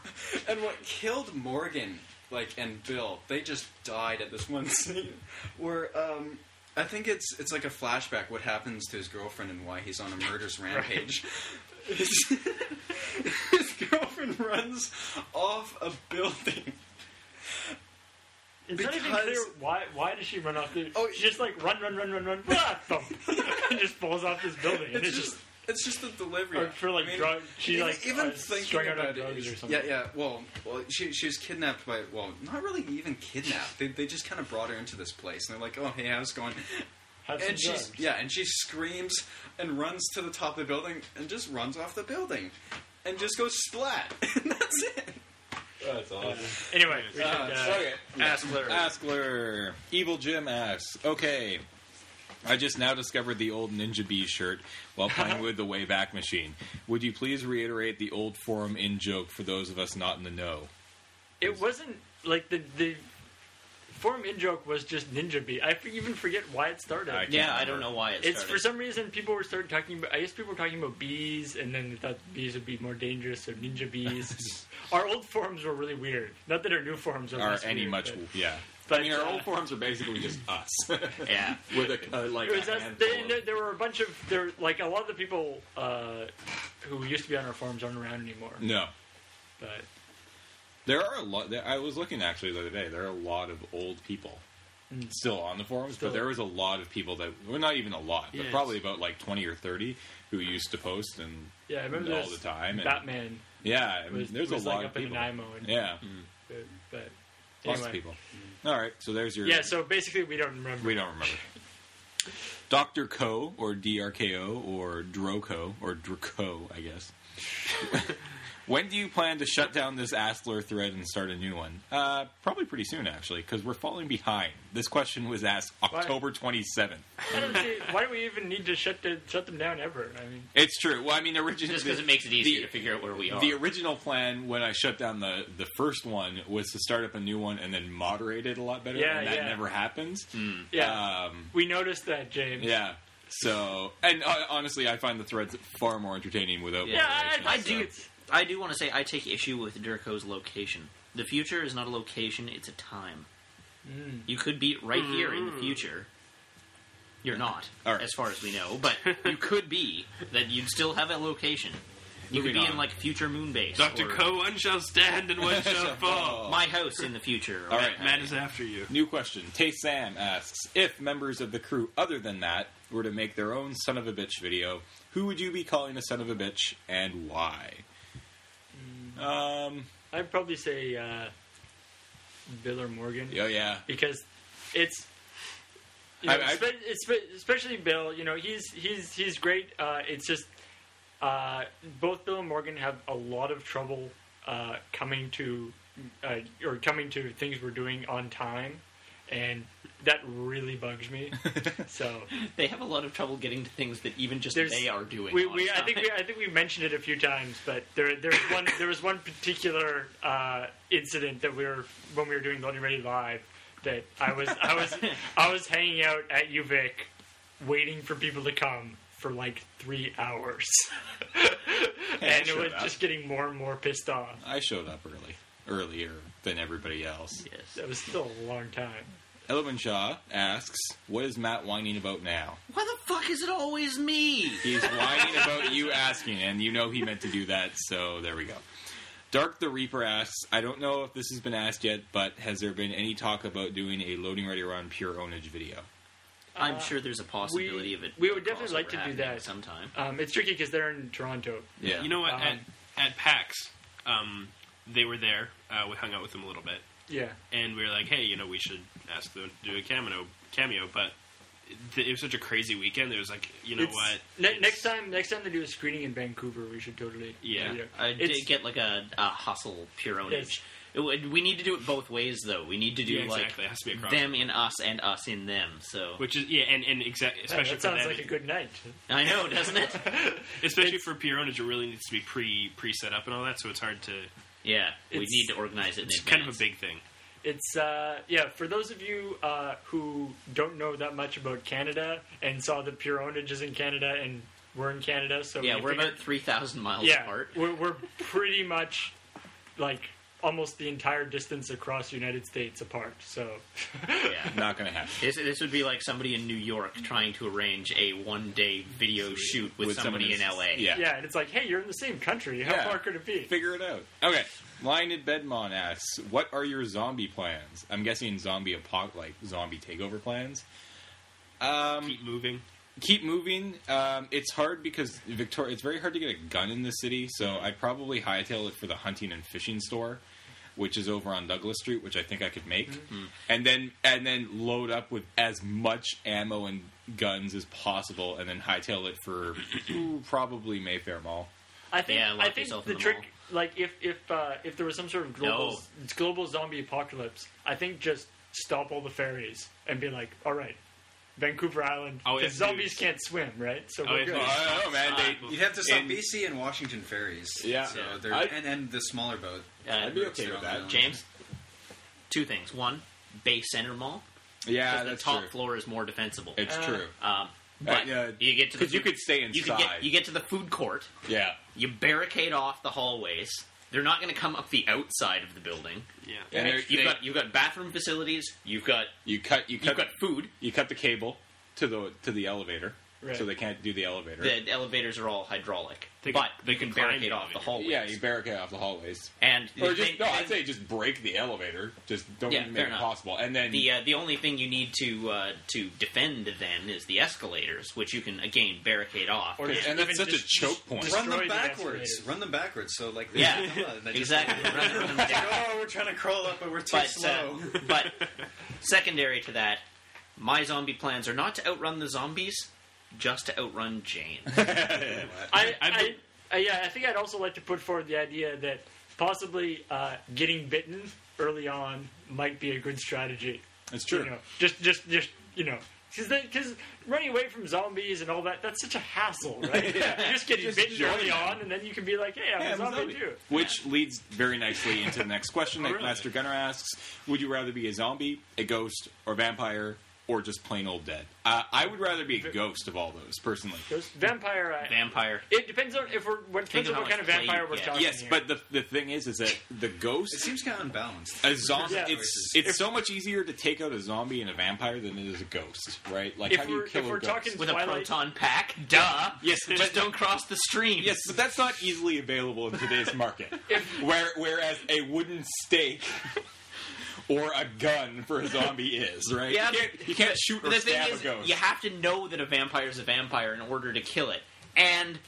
And what killed Morgan, like and Bill, they just died at this one scene where um, I think it's it's like a flashback. What happens to his girlfriend and why he's on a murderous rampage. His, his girlfriend runs off a building.
It's not even
Because-
clear why why does she run off the
Oh,
she just like run, run, run, run, run, blah, thump, and just falls off this building and
It's,
it's,
just,
just
it's just the delivery.
Or for, like, drug- she,
even-
like,
even
uh, strung
thinking
out on
about
drugs
it.
or something.
Yeah, yeah. Well, well, she she was kidnapped by well, not really even kidnapped. They they just kind of brought her into this place, and they're like, oh hey, how's it going?
has some
And she
drugs.
yeah, and she screams and runs to the top of the building and just runs off the building, and just goes splat, and that's it.
That's awesome.
Anyway, we should,
Uh,
uh,
Okay.
Ask Larry.
Askler. Evil Jim asks, okay. I just now discovered the old Ninja Bee shirt while playing with the Wayback Machine. Would you please reiterate the old forum in joke for those of us not in the know?
it wasn't like the the form in joke was just Ninja Bee. I f- even forget why it started.
I-
Yeah, I don't know why it
It's
started.
for some reason people were starting talking. about I guess people were talking about bees, and then they thought bees would be more dangerous, so ninja bees. our old forums were really weird. Not that our new forums are
Or
less
any
weird,
much,
But,
yeah.
but,
I mean, our
uh,
old forums are basically just us
yeah.
with a uh, like.
it was
a
us,
handful
they,
of-
there- there were a bunch of there like a lot of the people uh, who used to be on our forums aren't around anymore.
no,
But
there are a lot. There, I was looking actually the other day. There are a lot of old people still on the forums,
Mm. Still.
but there was a lot of people that well, not even a lot, but
Yeah,
probably about like twenty or thirty who used to post and
yeah, I remember
all
this
the time. And,
Batman
Yeah, I mean,
was,
there's
was
a lot
like
of
up in
people.
Nanaimo and
Yeah,
but, but
lots
anyway.
of people. All right, so there's your.
Yeah, so basically we don't remember.
we don't remember. Doctor Co or DRKO or Droco or Draco, I guess. when do you plan to shut down this Astler thread and start a new one? Uh, probably pretty soon, actually, because we're falling behind. This question was asked October twenty seventh.
I don't see why do we even need to shut the, shut them down ever. I mean,
It's true. Well, I mean, originally
Just because it makes it easier
the-
to figure out where we are.
The original plan when I shut down the the first one was to start up a new one and then moderate it a lot better,
Yeah,
and that
yeah.
never happens.
Hmm.
yeah.
Um,
We noticed that, James.
yeah. So, and uh, honestly, I find the threads far more entertaining without.
Yeah,
moderation,
I, I
so.
do.
I do want to say I take issue with Durko's location. The future is not a location; it's a time. You could be right here in the future. You're not,
All right.
as far as we know, but you could be that you'd still have a location. You
Moving
could be
on.
in like future moon base,
Doctor
or
Co, one shall stand and one shall fall.
my house in the future. or
All right.
Matt is after you.
New question. Tay Sam asks if members of the crew other than Matt were to make their own son of a bitch video, who would you be calling a son of a bitch and why? Um.
I'd probably say uh, Bill or Morgan
Oh yeah.
because it's. You know,
I- I-
spe- it's spe- especially Bill, you know, he's he's he's great. Uh, it's just uh, both Bill and Morgan have a lot of trouble uh, coming to uh, or coming to things we're doing on time, and that really bugs me. so
They have a lot of trouble getting to things that even just
There's-
they are doing.
We,
on
we, I
time.
think we, I think we mentioned it a few times, but there, there was one, there was one particular uh, incident that we were when we were doing Lonely Ready Live that I was, I was, I was hanging out at UVic, waiting for people to come for like three hours, and it
sure
was
that.
just getting more and more pissed off.
I showed up early, earlier than everybody else.
Yes.
That was still a long time.
Elvin Shaw asks, "What is Matt whining about now?"
Why the fuck is it always me?
He's whining about you asking, and you know he meant to do that, so there we go. Dark the Reaper asks, I don't know if this has been asked yet, but has there been any talk about doing a loading ready run pure ownage video?
I'm sure there's a possibility of it.
we would definitely
crossover
like to do
happening
that.
sometime.
Um, it's tricky because they're in Toronto.
Yeah.
You know what?
Um,
at, at PAX, um, they were there. Uh, we hung out with them a little bit,
Yeah,
and we were like, "Hey, you know, we should ask them to do a cameo." Cameo, but th- it was such a crazy weekend. There was like, you know
It's-
what?
ne-
It's-
next time, next time they do a screening in Vancouver, we should totally.
Yeah,
do that.
I
It's-
did get like a, a hustle
Yes.
puronage. It would we need to do it both ways, though. We need to do
Yeah, exactly. It has to be a
like
crossover.
them in us and us in them. So
Which is yeah, and and exactly
Man, that
especially for
sounds
them,
like a
it-
good night.
I know, doesn't it?
especially for Pironage, it really needs to be pre pre set up and all that. So it's hard to.
Yeah, we
It's-
need to organize it.
It's
in
kind of a
advance.
big thing.
It's uh, yeah. For those of you uh, who don't know that much about Canada and saw the Puronages in Canada and we're in Canada, so
Yeah,
we
we're
figured-
about three thousand miles
yeah,
apart.
We're, we're pretty much like almost the entire distance across the United States apart. So
Yeah.
Not going to happen.
This, this would be like somebody in New York trying to arrange a one day video shoot with,
With someone
somebody in
who's-
LA.
yeah.
yeah, and it's like, hey, you're in the same country. How
Yeah.
far could it be?
Figure it out. Okay. Lion in Bedmon asks, "What are your zombie plans?" I'm guessing zombie apoc like zombie takeover plans. Um,
Keep moving.
keep moving. Um, it's hard because Victoria. It's very hard to get a gun in the city, so I probably hightail it for the hunting and fishing store, which is over on Douglas Street, which I think I could make, and then and then load up with as much ammo and guns as possible, and then hightail it for ooh, probably Mayfair Mall.
I think
Yeah, lock
I think
yourself
the
in the
trick,
mall.
like if if uh, if there was some sort of global global zombie apocalypse, I think just stop all the ferries and be like, all right, Vancouver Island,
Oh,
All we
the
have to do
zombies
is-
can't swim, right? So
All we
we're
have to
good.
do is-
Oh, I don't know, man. They,
You'd have to stop
In-
BC and Washington ferries.
Yeah.
So
Yeah.
they're,
I-
and, and the smaller boat.
Uh,
I'd be okay with that.
James, two things. One, Bay Center Mall. 'cause
yeah,
the
Ah, that's
top
true.
floor is more defensible.
It's
Uh,
true.
Um, but
yeah.
you get to the
'Cause you
food-
could stay
You, could
inside.
get, you get to the food court.
Yeah.
You barricade off the hallways. They're not going to come up the outside of the building.
Yeah.
And they're-
You've
they-
got you've got bathroom facilities. You've got
you cut you
you've
cut
got food.
you cut the cable to the to the elevator,
Right.
so they can't do the elevator.
The elevators are all hydraulic,
They
but
can-
they
they
you can
can climb
barricade
the
off the
elevator.
hallways.
Yeah, you barricade off the hallways.
and
Or
the
just
thing-
no,
the
I'd
thing-
say just break the elevator. Just don't
Yeah,
even
fair
make it
enough.
possible. And then
The uh, the only thing you need to uh, to defend then is the escalators, which you can again barricade off.
Or just
and
even
that's such
just-
a choke point.
just-
Run
Destroy
them
the
backwards.
escalators.
Run them backwards. So like they
Yeah,
come up and they just-
exactly. Run- run them down.
oh, we're trying to crawl up, but we're too
but
slow.
uh, but secondary to that, my zombie plans are not to outrun the zombies, just to outrun Jane.
I,
I
I,
be-
I, yeah, I think I'd also like to put forward the idea that possibly uh, getting bitten early on might be a good strategy.
That's true.
You know, just, just, just, you know. Because running away from zombies and all that, that's such a hassle, right? You're just getting
Just
bitten
join
early
them.
on, and then you can be like, hey, I'm
Yeah,
a
I'm a
zombie,
zombie.
too.
Which leads very nicely into the next question that
really?
Master Gunner asks: Would you rather be a zombie, a ghost, or vampire, or just plain old dead? Uh, I would rather be a ghost of all those, personally.
There's vampire. I,
Vampire.
it depends on if we're what depends on
how
what kind of
much play
vampire we're
you
talking.
get.
Yes,
here.
but the the thing is, is that the ghost
It seems kind of unbalanced.
A zombie.
Yeah.
It's it's so much easier to take out a zombie and a vampire than it is a ghost, right? Like
If
how do you
we're-
kill
if
a
we're
ghost?
talking-
With a
Twilight.
proton pack, duh.
Yes,
just
but-
don't cross the stream.
Yes, but that's not easily available in today's market. Where, whereas a wooden stake or a gun for a zombie is, right?
Yeah,
you can't, you can't shoot
But
or
the thing
stab
is,
a ghost.
you have to know that a vampire is a vampire in order to kill it. And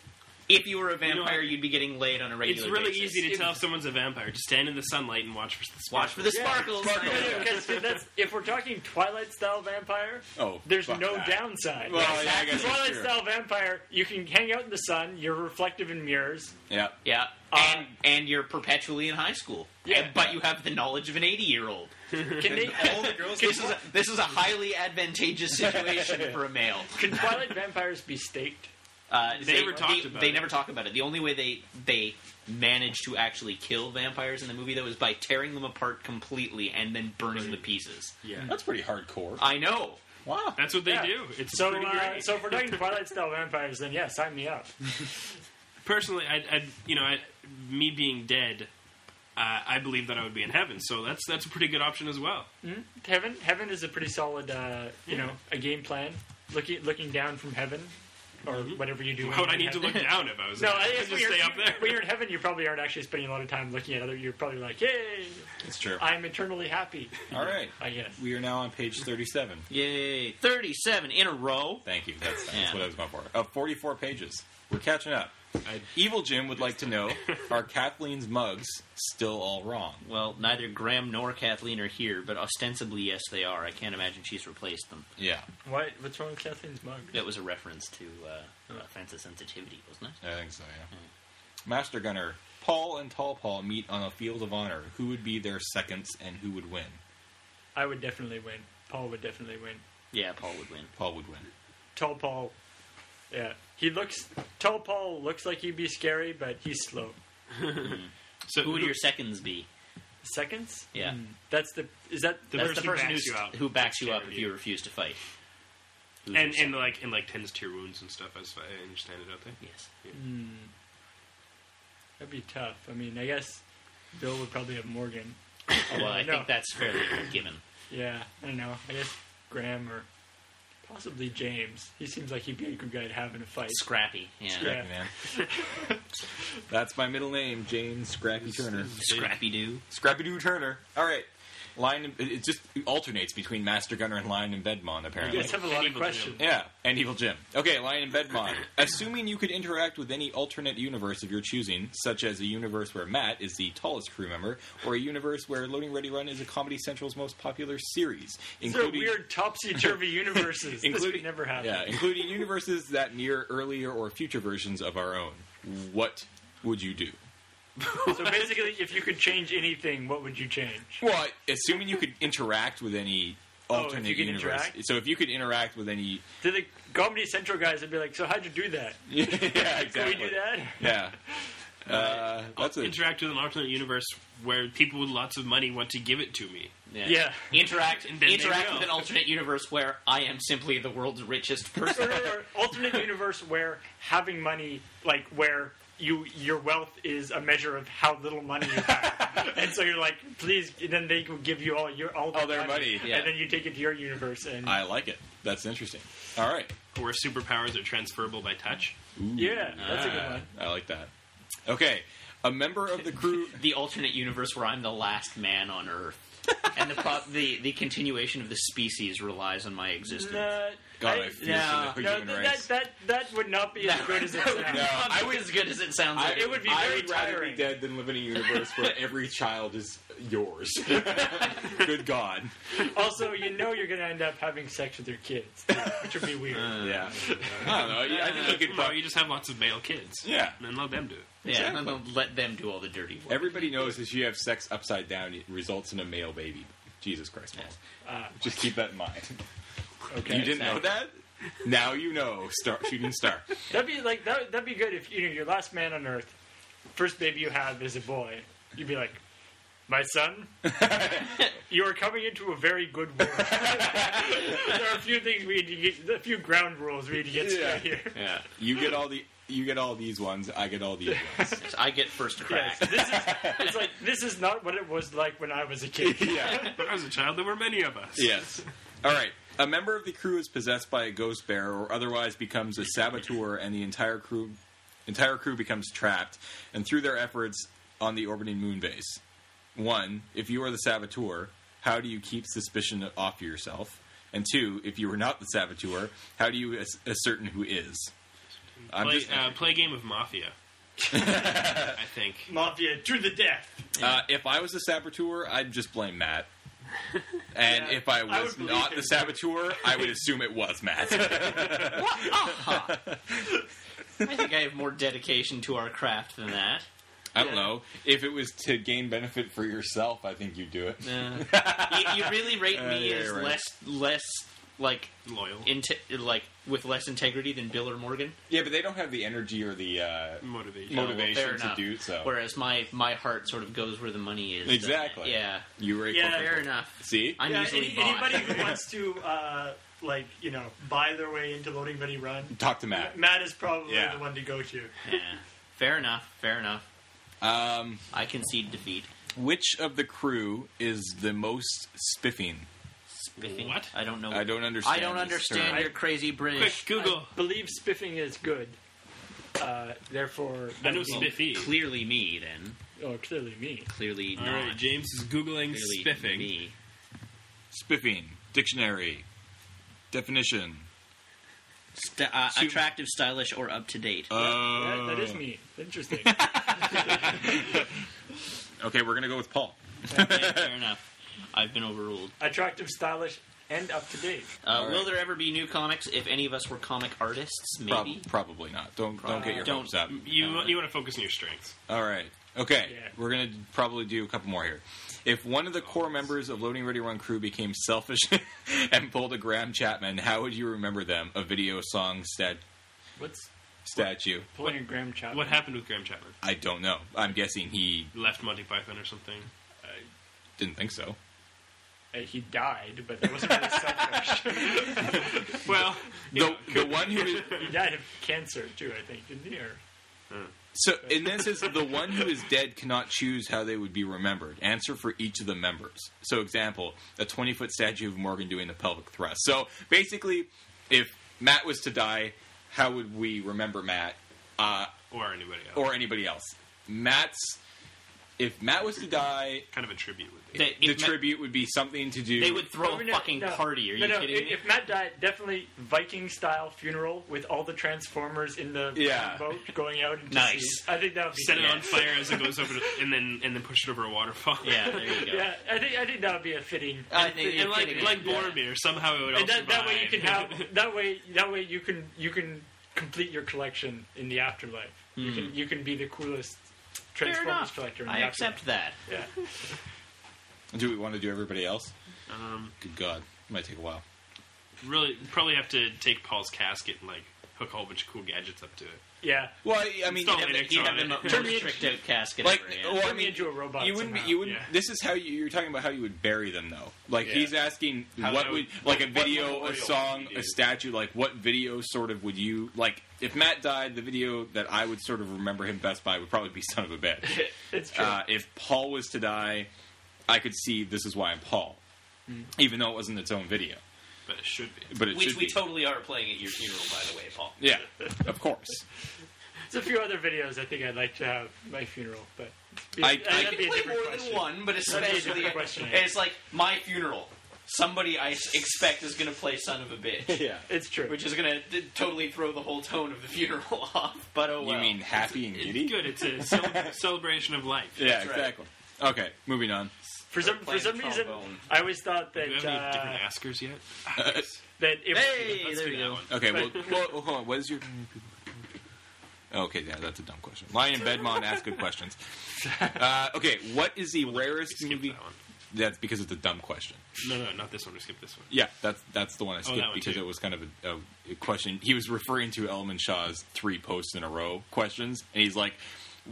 if you were a
know
vampire,
what?
you would be getting laid on a regular.
It's really
basis.
easy to tell if someone's a vampire. Just stand in the sunlight and watch for the
Watch for the
Yeah.
sparkles.
Sparkles.
Yeah, because if that's- if we're talking Twilight style vampire,
Oh,
there's
fuck
no
that.
downside.
Well, yeah, I guess that's
Twilight
true.
style vampire, you can hang out in the sun. You're reflective in mirrors.
Yeah.
Yeah,
Uh,
and and you're perpetually in high school.
Yeah.
And- but you have the knowledge of an 80 year old.
Can they?
All the girls
This is a, this is a highly advantageous situation for a male.
Can Twilight vampires be staked?
Uh,
They never talked
they,
about
they
it.
never talk about it. The only way they they manage to actually kill vampires in the movie though is by tearing them apart completely and then burning the pieces.
Yeah,
That's pretty hardcore.
I know.
wow.
that's what they
Yeah.
do. It's
So,
pretty
uh,
great.
so if we're talking Twilight style vampires, then yeah, sign me up.
personally, I, I you know, I, me being dead, uh, I believe that I would be in heaven. So that's that's a pretty good option as well.
Heaven, heaven is a pretty solid, uh, you know, a game plan. Looking looking down from heaven, or whatever you do.
Why
when
would I
you're
need to
in
look
heaven.
down if I was?
No,
in
I
heaven?
guess
just
when you're,
stay up there.
when you're in heaven, you probably aren't actually spending a lot of time looking at other. You're probably like, "Yay,
That's true.
I'm eternally happy."
All right.
I guess.
We are now on page 37.
Yay, 37 in a row.
Thank you. That's, that's
Yeah.
what I was going for. Of 44 pages. We're catching up. Evil Jim would like to know: Are Kathleen's mugs still all wrong?
Well, neither Graham nor Kathleen are here, but ostensibly, yes, they are. I can't imagine she's replaced them.
Yeah,
What? What's wrong with Kathleen's mug?
That was a reference to uh, offensive sensitivity, wasn't it?
I think so. Yeah. Master Gunner, Paul and Tall Paul meet on a field of honor. Who would be their seconds, and who would win?
I would definitely win. Paul would definitely win.
Yeah, Paul would win.
Paul would win.
Tall Paul. Yeah, he looks. Tall Paul looks like he'd be scary, but he's slow.
So
Who would your seconds be?
Seconds.
Yeah.
That's Hmm. the. Is that
The
That's
person
the
who
person
backs
who's-
you up.
who backs you
Scare
up if
you.
you refuse to fight. Who's
and
your
and
second?
like and like tends to your wounds and stuff as I understand it out there.
yes,
That'd be tough. I mean, I guess Bill would probably have Morgan.
well, I
no.
think that's fairly given.
Yeah, I don't know. I guess Graham or possibly James. He seems like he'd be a good guy to have in a fight.
Scrappy, yeah,
Scrappy.
Hey, man. That's my middle name, James Scrappy Turner.
Scrappy Doo.
Scrappy Doo Turner. All right. Line. it- It just alternates between Master Gunner and Lion and Bedmon,
You
apparently.
guys have a lot of
Medieval
questions.
Yeah, and Evil Jim. Okay, Lion and Bedmon. Assuming you could interact with any alternate universe of your choosing, such as a universe where Matt is the tallest crew member, or a universe where Loading Ready Run is a Comedy Central's most popular series,
These are weird topsy turvy universes. this
including
could never happen.
Yeah, including universes that mirror earlier or future versions of our own. What would you do?
So basically, if you could change anything, what would you change?
Well, assuming you could interact with any
Oh, if
alternate
you could
universe.
interact?
So if you could interact with any,
To the Comedy Central guys, I'd be like, "So how'd you do that?
yeah,
Can
exactly.
we do that?"
Yeah, uh, that's a
Interact with an alternate universe where people with lots of money want to give it to me.
Yeah.
Interact
And then they
interact
will.
with an alternate universe where I am simply the world's richest person.
Or- or- or alternate universe where having money, like where you your wealth is a measure of how little money you have, and so you're like, please. And then they will give you all your all,
All their money,
yeah.
and then you take it to your universe, and
I like it. That's interesting. All right.
Where superpowers are transferable by touch.
yeah, that's a
Ah,
good one.
I like that. Okay, a member of the crew.
the alternate universe where I'm the last man on Earth, and the pro- the the continuation of the species relies on my existence.
Nah,
God,
Uh, I-
I fear
no,
for the
no,
human
th- that,
race.
that that would not be as
No.
good as it sounds.
No.
Not
I
just as good as it sounds.
I-
like
It would be
I
very
would rather
tiring.
be dead than live in a universe where every child is yours. Good God.
Also, you know you're going to end up having sex with your kids, which would be weird.
Yeah. I don't know. I think you could.
No, you just have lots of male kids.
Yeah.
And then let them do it.
Yeah,
Exactly.
and then let them do all the dirty work.
Everybody knows if you have sex upside down, it results in a male baby. Jesus Christ, Paul.
Yes.
Just keep that in mind.
Uh, Okay.
you didn't know that? Now you know, star, shooting star.
That'd be like that. That'd be good if you know your last man on earth, first baby you have is a boy. You'd be like, my son, you are coming into a very good world. there are a few things we need to get, a few ground rules we need to get
Yeah.
straight here.
Yeah,
You get all the you get all these ones. I get all these ones.
So I get first crack.
Yes, this is it's like this is not what it was like when I was a kid.
Yeah.
When I was a child, there were many of us.
Yes. All right. A member of the crew is possessed by a ghost bear or otherwise becomes a saboteur, and the entire crew entire crew becomes trapped, and through their efforts on the orbiting moon base. One, if you are the saboteur, how do you keep suspicion off yourself? And two, if you were not the saboteur, how do you as- ascertain who is? I'm
Play,
just,
uh, play a game of Mafia. I think.
Mafia to the death.
uh, if I was the saboteur, I'd just blame Matt. And
Yeah,
if I
I
was
would believe
not
him.
the saboteur, I would assume it was Matt.
I think I have more dedication to our craft than that.
I don't know. If it was to gain benefit for yourself, I think you'd do it.
Uh, you, you really rate
Uh,
me
yeah,
as
you're right.
less less like
Loyal.
inte- like with less integrity than Bill or Morgan.
Yeah, but they don't have the energy or the uh,
Motivation.
Mo-
motivation
fair
to
enough.
do so.
Whereas my my heart sort of goes where the money is. doesn't it?
exactly.
Yeah.
You were a
Yeah,
corporate-
Fair enough.
See?
I'm usually
any-
bought.
anybody who wants to uh, like you know buy their way into loading ready run,
Talk to Matt.
Matt is probably
Yeah.
the one to go to.
yeah. Fair enough. Fair enough.
Um,
I concede defeat.
which of the crew is the most spiffing?
Spiffing.
What?
I don't know.
I don't understand
I don't
this
understand
term.
your crazy
Quick,
British.
Google.
believe spiffing is good. Uh, therefore,
I know
that would be-
Spiffy.
Clearly me, then.
Oh, clearly me.
Clearly
All
not.
right, James is googling
Clearly
spiffing.
me.
Spiffing. Dictionary. Definition.
St- uh,
Super-
attractive, stylish, or up to date.
Oh.
that, that is me. Interesting.
Okay, we're gonna go with Paul.
Okay, fair enough. I've been overruled.
Attractive, stylish, and up to date.
Uh,
All
Will
right.
there ever be new comics if any of us were comic artists?
Prob-
Maybe.
probably not. Don't don't get your
Don't-
hopes up.
You you want to focus on your strengths.
All right. Okay.
Yeah.
We're gonna probably do a couple more here. If one of the core members of Loading Ready Run crew became selfish and pulled a Graham Chapman, how would you remember them? A video, song, stat-
What's
statue?
pulling a Graham Chapman?
What happened with Graham Chapman?
I don't know. I'm guessing he
Left Monty Python or something?
didn't think so.
Uh, he died, but that wasn't really selfish.
Well,
The, the one who
he died of cancer too, I think, didn't he? Or
so and then it says the one who is dead cannot choose how they would be remembered. Answer for each of the members. So example, a twenty foot statue of Morgan doing the pelvic thrust. So basically, if Matt was to die, how would we remember Matt? Uh,
or anybody else.
or anybody else. Matt's if Matt was to die,
kind of a tribute would be.
That if
the
Ma-
tribute would be something to do.
They would throw
Oh,
a
no,
fucking
no.
party. Are
No,
you
no,
kidding
if,
me?
if Matt died, definitely Viking style funeral with all the Transformers in the
Yeah.
boat going out. Into
Nice.
sea. I think that would be
Set it on fire as it goes over, to, and then and then push it over a waterfall.
yeah, there you go.
Yeah, I think I think that would be a fitting.
I
and-
think
and
you're
like-
kidding me.
like Boromir. Somehow it would all
and that, that way you can
survive.
have that way that way you can you can complete your collection in the afterlife. You
Hmm.
can you can be the coolest
Fair
Transformers
enough.
collector. In
I
the
accept that.
Afterlife. Yeah.
Do we want to do everybody else?
um,
Good God, it might take a while.
really probably have to take Paul's casket and like hook a whole bunch of cool gadgets up to it.
Yeah.
Well, I- I mean,
Install
You'd have
Linux
the- you'd
on
have the
it.
mo- most
Turn me into-
tricked out casket
like,
ever. Yeah.
well, I
Turn me
mean,
into a robot
You wouldn't.
somehow.
Be, you wouldn't.
Yeah.
This is how you, you're talking about how you would bury them, though. Like
Yeah.
he's asking,
How
what
that
would
would-
like a
what- what
video, a
memorial
song,
would you
a
do?
statue? Like what video sort of would you like? If Matt died, the video that I would sort of remember him best by would probably be "Son of a Bitch."
It's true.
Uh, if Paul was to die, I could see this is why I'm Paul, even though it wasn't its own video.
But it should be.
But it
Which
should
we
be.
totally are playing at your funeral, by the way, Paul.
yeah, of course.
There's a few other videos I think I'd like to have at my funeral, but
I-
that'd
I-
be a
Play
different
more
question.
than one, but
be a different
especially
question.
it's like my funeral. Somebody I s- expect is going to play son of a bitch,
yeah.
It's true.
which is going to d- totally throw the whole tone of the funeral off. But oh well.
You mean happy and giddy?
It's good. It's a cel- celebration of life.
Yeah,
That's right.
exactly. Okay, moving on.
for some for
playing
some reason,
trombone.
I always thought
Do you
that
have any different
uh,
askers yet?
that it
Hey,
Let's
there
do
we
that
go.
one.
Okay, well, well hold on. What is your? Okay, yeah, that's a dumb question. Lion Bedmon ask good questions. Uh, okay, what is the rarest
Skip
movie?
that one.
That's because it's a dumb question.
No, no, not this one. We skip this one.
Yeah, that's that's the one I skipped
Oh, that one
because
too.
it was kind of a, a question. He was referring to Elman Shaw's three posts in a row questions, and he's like,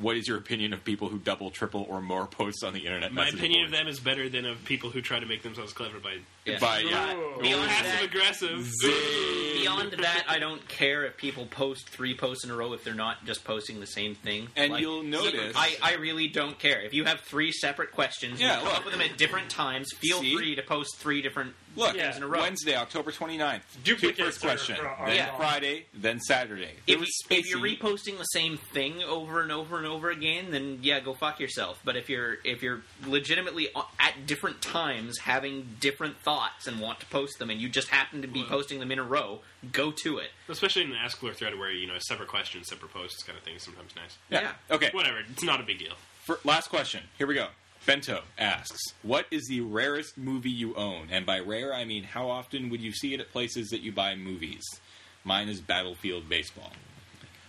"What is your opinion of people who double, triple, or more posts on the internet?"
My
message
opinion of
boards?"
them is better than of people who try to make themselves clever by
Yeah.
By yeah,
Ooh.
Beyond
passive
that,
aggressive.
beyond that, I don't care if people post three posts in a row if they're not just posting the same thing.
And you'll notice-
I, I really don't care if you have three separate questions.
Yeah,
Yeah, come
look.
up with them at different times. Feel
See?
free to post three different.
look,
Yeah.
in a row.
Wednesday, October 29th. Two
Duplicates
first
are-
question,
are-
then
Yeah.
Friday, then Saturday. There
If,
was
you, if you're
spacing.
reposting the same thing over and over and over again, then yeah, go fuck yourself. But if you're if you're legitimately o- at different times having different thoughts and want to post them, and you just happen to be
Well-
posting them in a row, go to it.
Especially in an Askler thread where, you know, separate questions, separate posts kind of thing is sometimes nice.
yeah.
Okay.
Whatever. It's not a big deal.
For, last question. Here we go. Bento asks, "What is the rarest movie you own?" And by rare, I mean how often would you see it at places that you buy movies? Mine is Battlefield Baseball.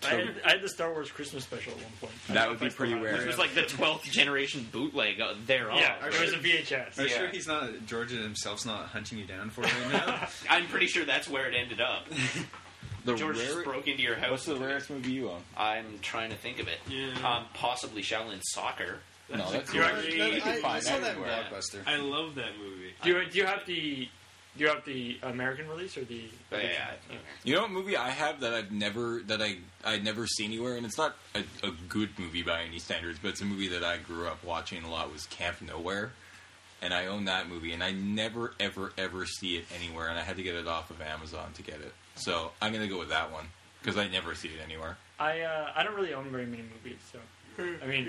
I, had, I had the Star Wars Christmas special at one point.
That
I don't
would
know
be
if I
pretty
still have it.
rare.
It was like the 12th generation bootleg uh, thereof.
Yeah, it was a
Are
VHS.
you
Yeah.
sure he's not George himself's not hunting you down for it right now?
I'm pretty sure that's where it ended up.
The
George just
rare-
broke into your house.
What's the rarest movie you own?
I'm trying to think of it.
Yeah.
Um, possibly Shaolin Soccer.
no, that's
You're actually-
you can
I, I
find
saw that in
everywhere.
Blockbuster.
I love that movie.
Do you, do you have the do you have the American release or the?
Oh, Yeah, yeah, yeah.
You know what movie I have that I've never that I I'd never seen anywhere, and it's not a, a good movie by any standards, but it's a movie that I grew up watching a lot was Camp Nowhere, and I own that movie, and I never ever ever see it anywhere, and I had to get it off of Amazon to get it, so I'm gonna go with that one because I never see it anywhere.
I uh, I don't really own very many movies, so I mean,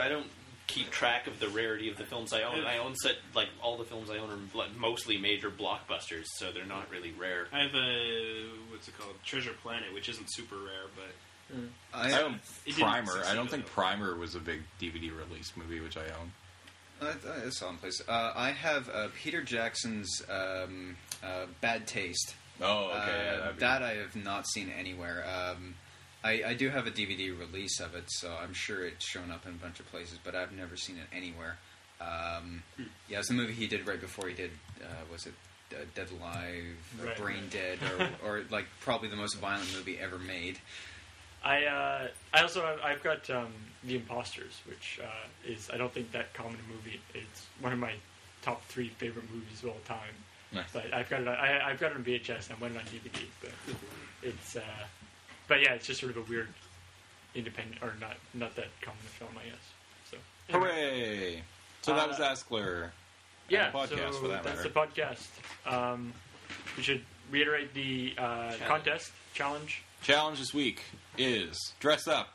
I don't keep track of the rarity of the films I own. I own set like all the films I own are like, mostly major blockbusters, so they're not really rare.
I have a what's it called? Treasure Planet, which isn't super rare, but
I,
I own
It didn't
Primer. I
succeed,
don't think
though.
Primer was a big DVD release movie, which I own.
I, I saw him place. Uh, I have uh, Peter Jackson's um, uh, Bad Taste.
Oh,
Uh,
okay. yeah, that'd be-
that I have not seen anywhere. Um, I, I do have a DVD release of it, so I'm sure it's shown up in a bunch of places, but I've never seen it anywhere. Um,
Hmm.
Yeah, it's a movie he did right before he did, uh, was it uh, Dead Alive, or
Right.
Brain Dead, or, or like probably the most violent movie ever made.
I uh, I also have, I've got um, The Imposters, which uh, is I don't think that common a movie. It's one of my top three favorite movies of all time.
Nice.
But I've got it. on- I, I've got it on VHS. and I went on DVD, but it's. Uh, but yeah, it's just sort of a weird, independent or not not that common a film, I guess. So anyway,
Hooray! So that was
Uh,
Askler.
yeah,
and a podcast,
so
for that
that's
matter.
the podcast. Um, we should reiterate the uh, contest challenge.
Challenge this week is dress up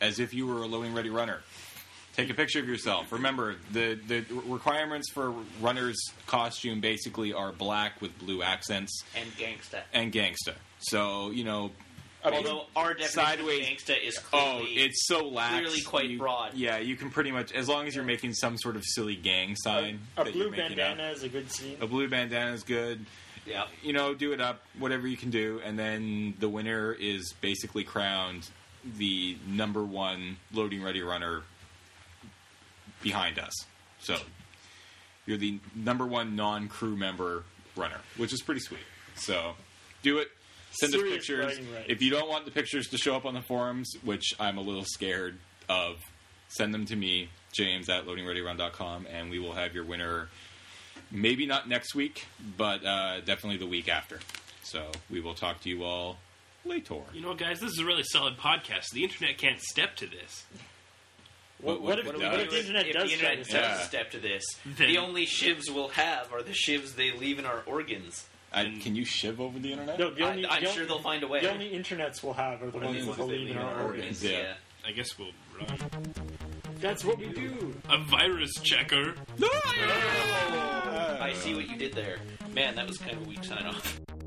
as if you were a loading ready runner. Take a picture of yourself. Remember, the, the requirements for runner's costume basically are black with blue accents
And gangsta.
and gangsta. So, you know.
Although our definition
sideways-
of gangsta is clearly
Oh, it's so lax.
clearly quite
You-
broad.
Yeah, you can pretty much, as long as you're making some sort of silly gang sign. that you're making out.
is a good scene.
A blue bandana is good.
yeah.
you know, do it up, whatever you can do, and then the winner is basically crowned the number one loading ready runner behind us. So you're the number one non crew member runner, which is pretty sweet. So do it. Send us
Serious
pictures.
bragging rights.
If you don't want the pictures to show up on the forums, which I'm a little scared of, send them to me, james at loadingreadyrun.com, and we will have your winner maybe not next week, but uh, definitely the week after. So we will talk to you all later.
you know, what, guys, this is a really solid podcast. The internet can't step to this.
What- what if- what if
the internet
if
does
the internet
try to
does step
step-
to this,
Then-
the only shivs we'll have are the shivs they leave in our organs.
I, can you shiv over the internet?
No, the
I,
only,
I'm
the
sure
only-
they'll find a way.
The only internets we'll have are the ones that believe in our
organs,
organs.
yeah.
I guess we'll run
That's what we do.
a virus checker.
I see what you did there. Man, that was kind of a weak sign off.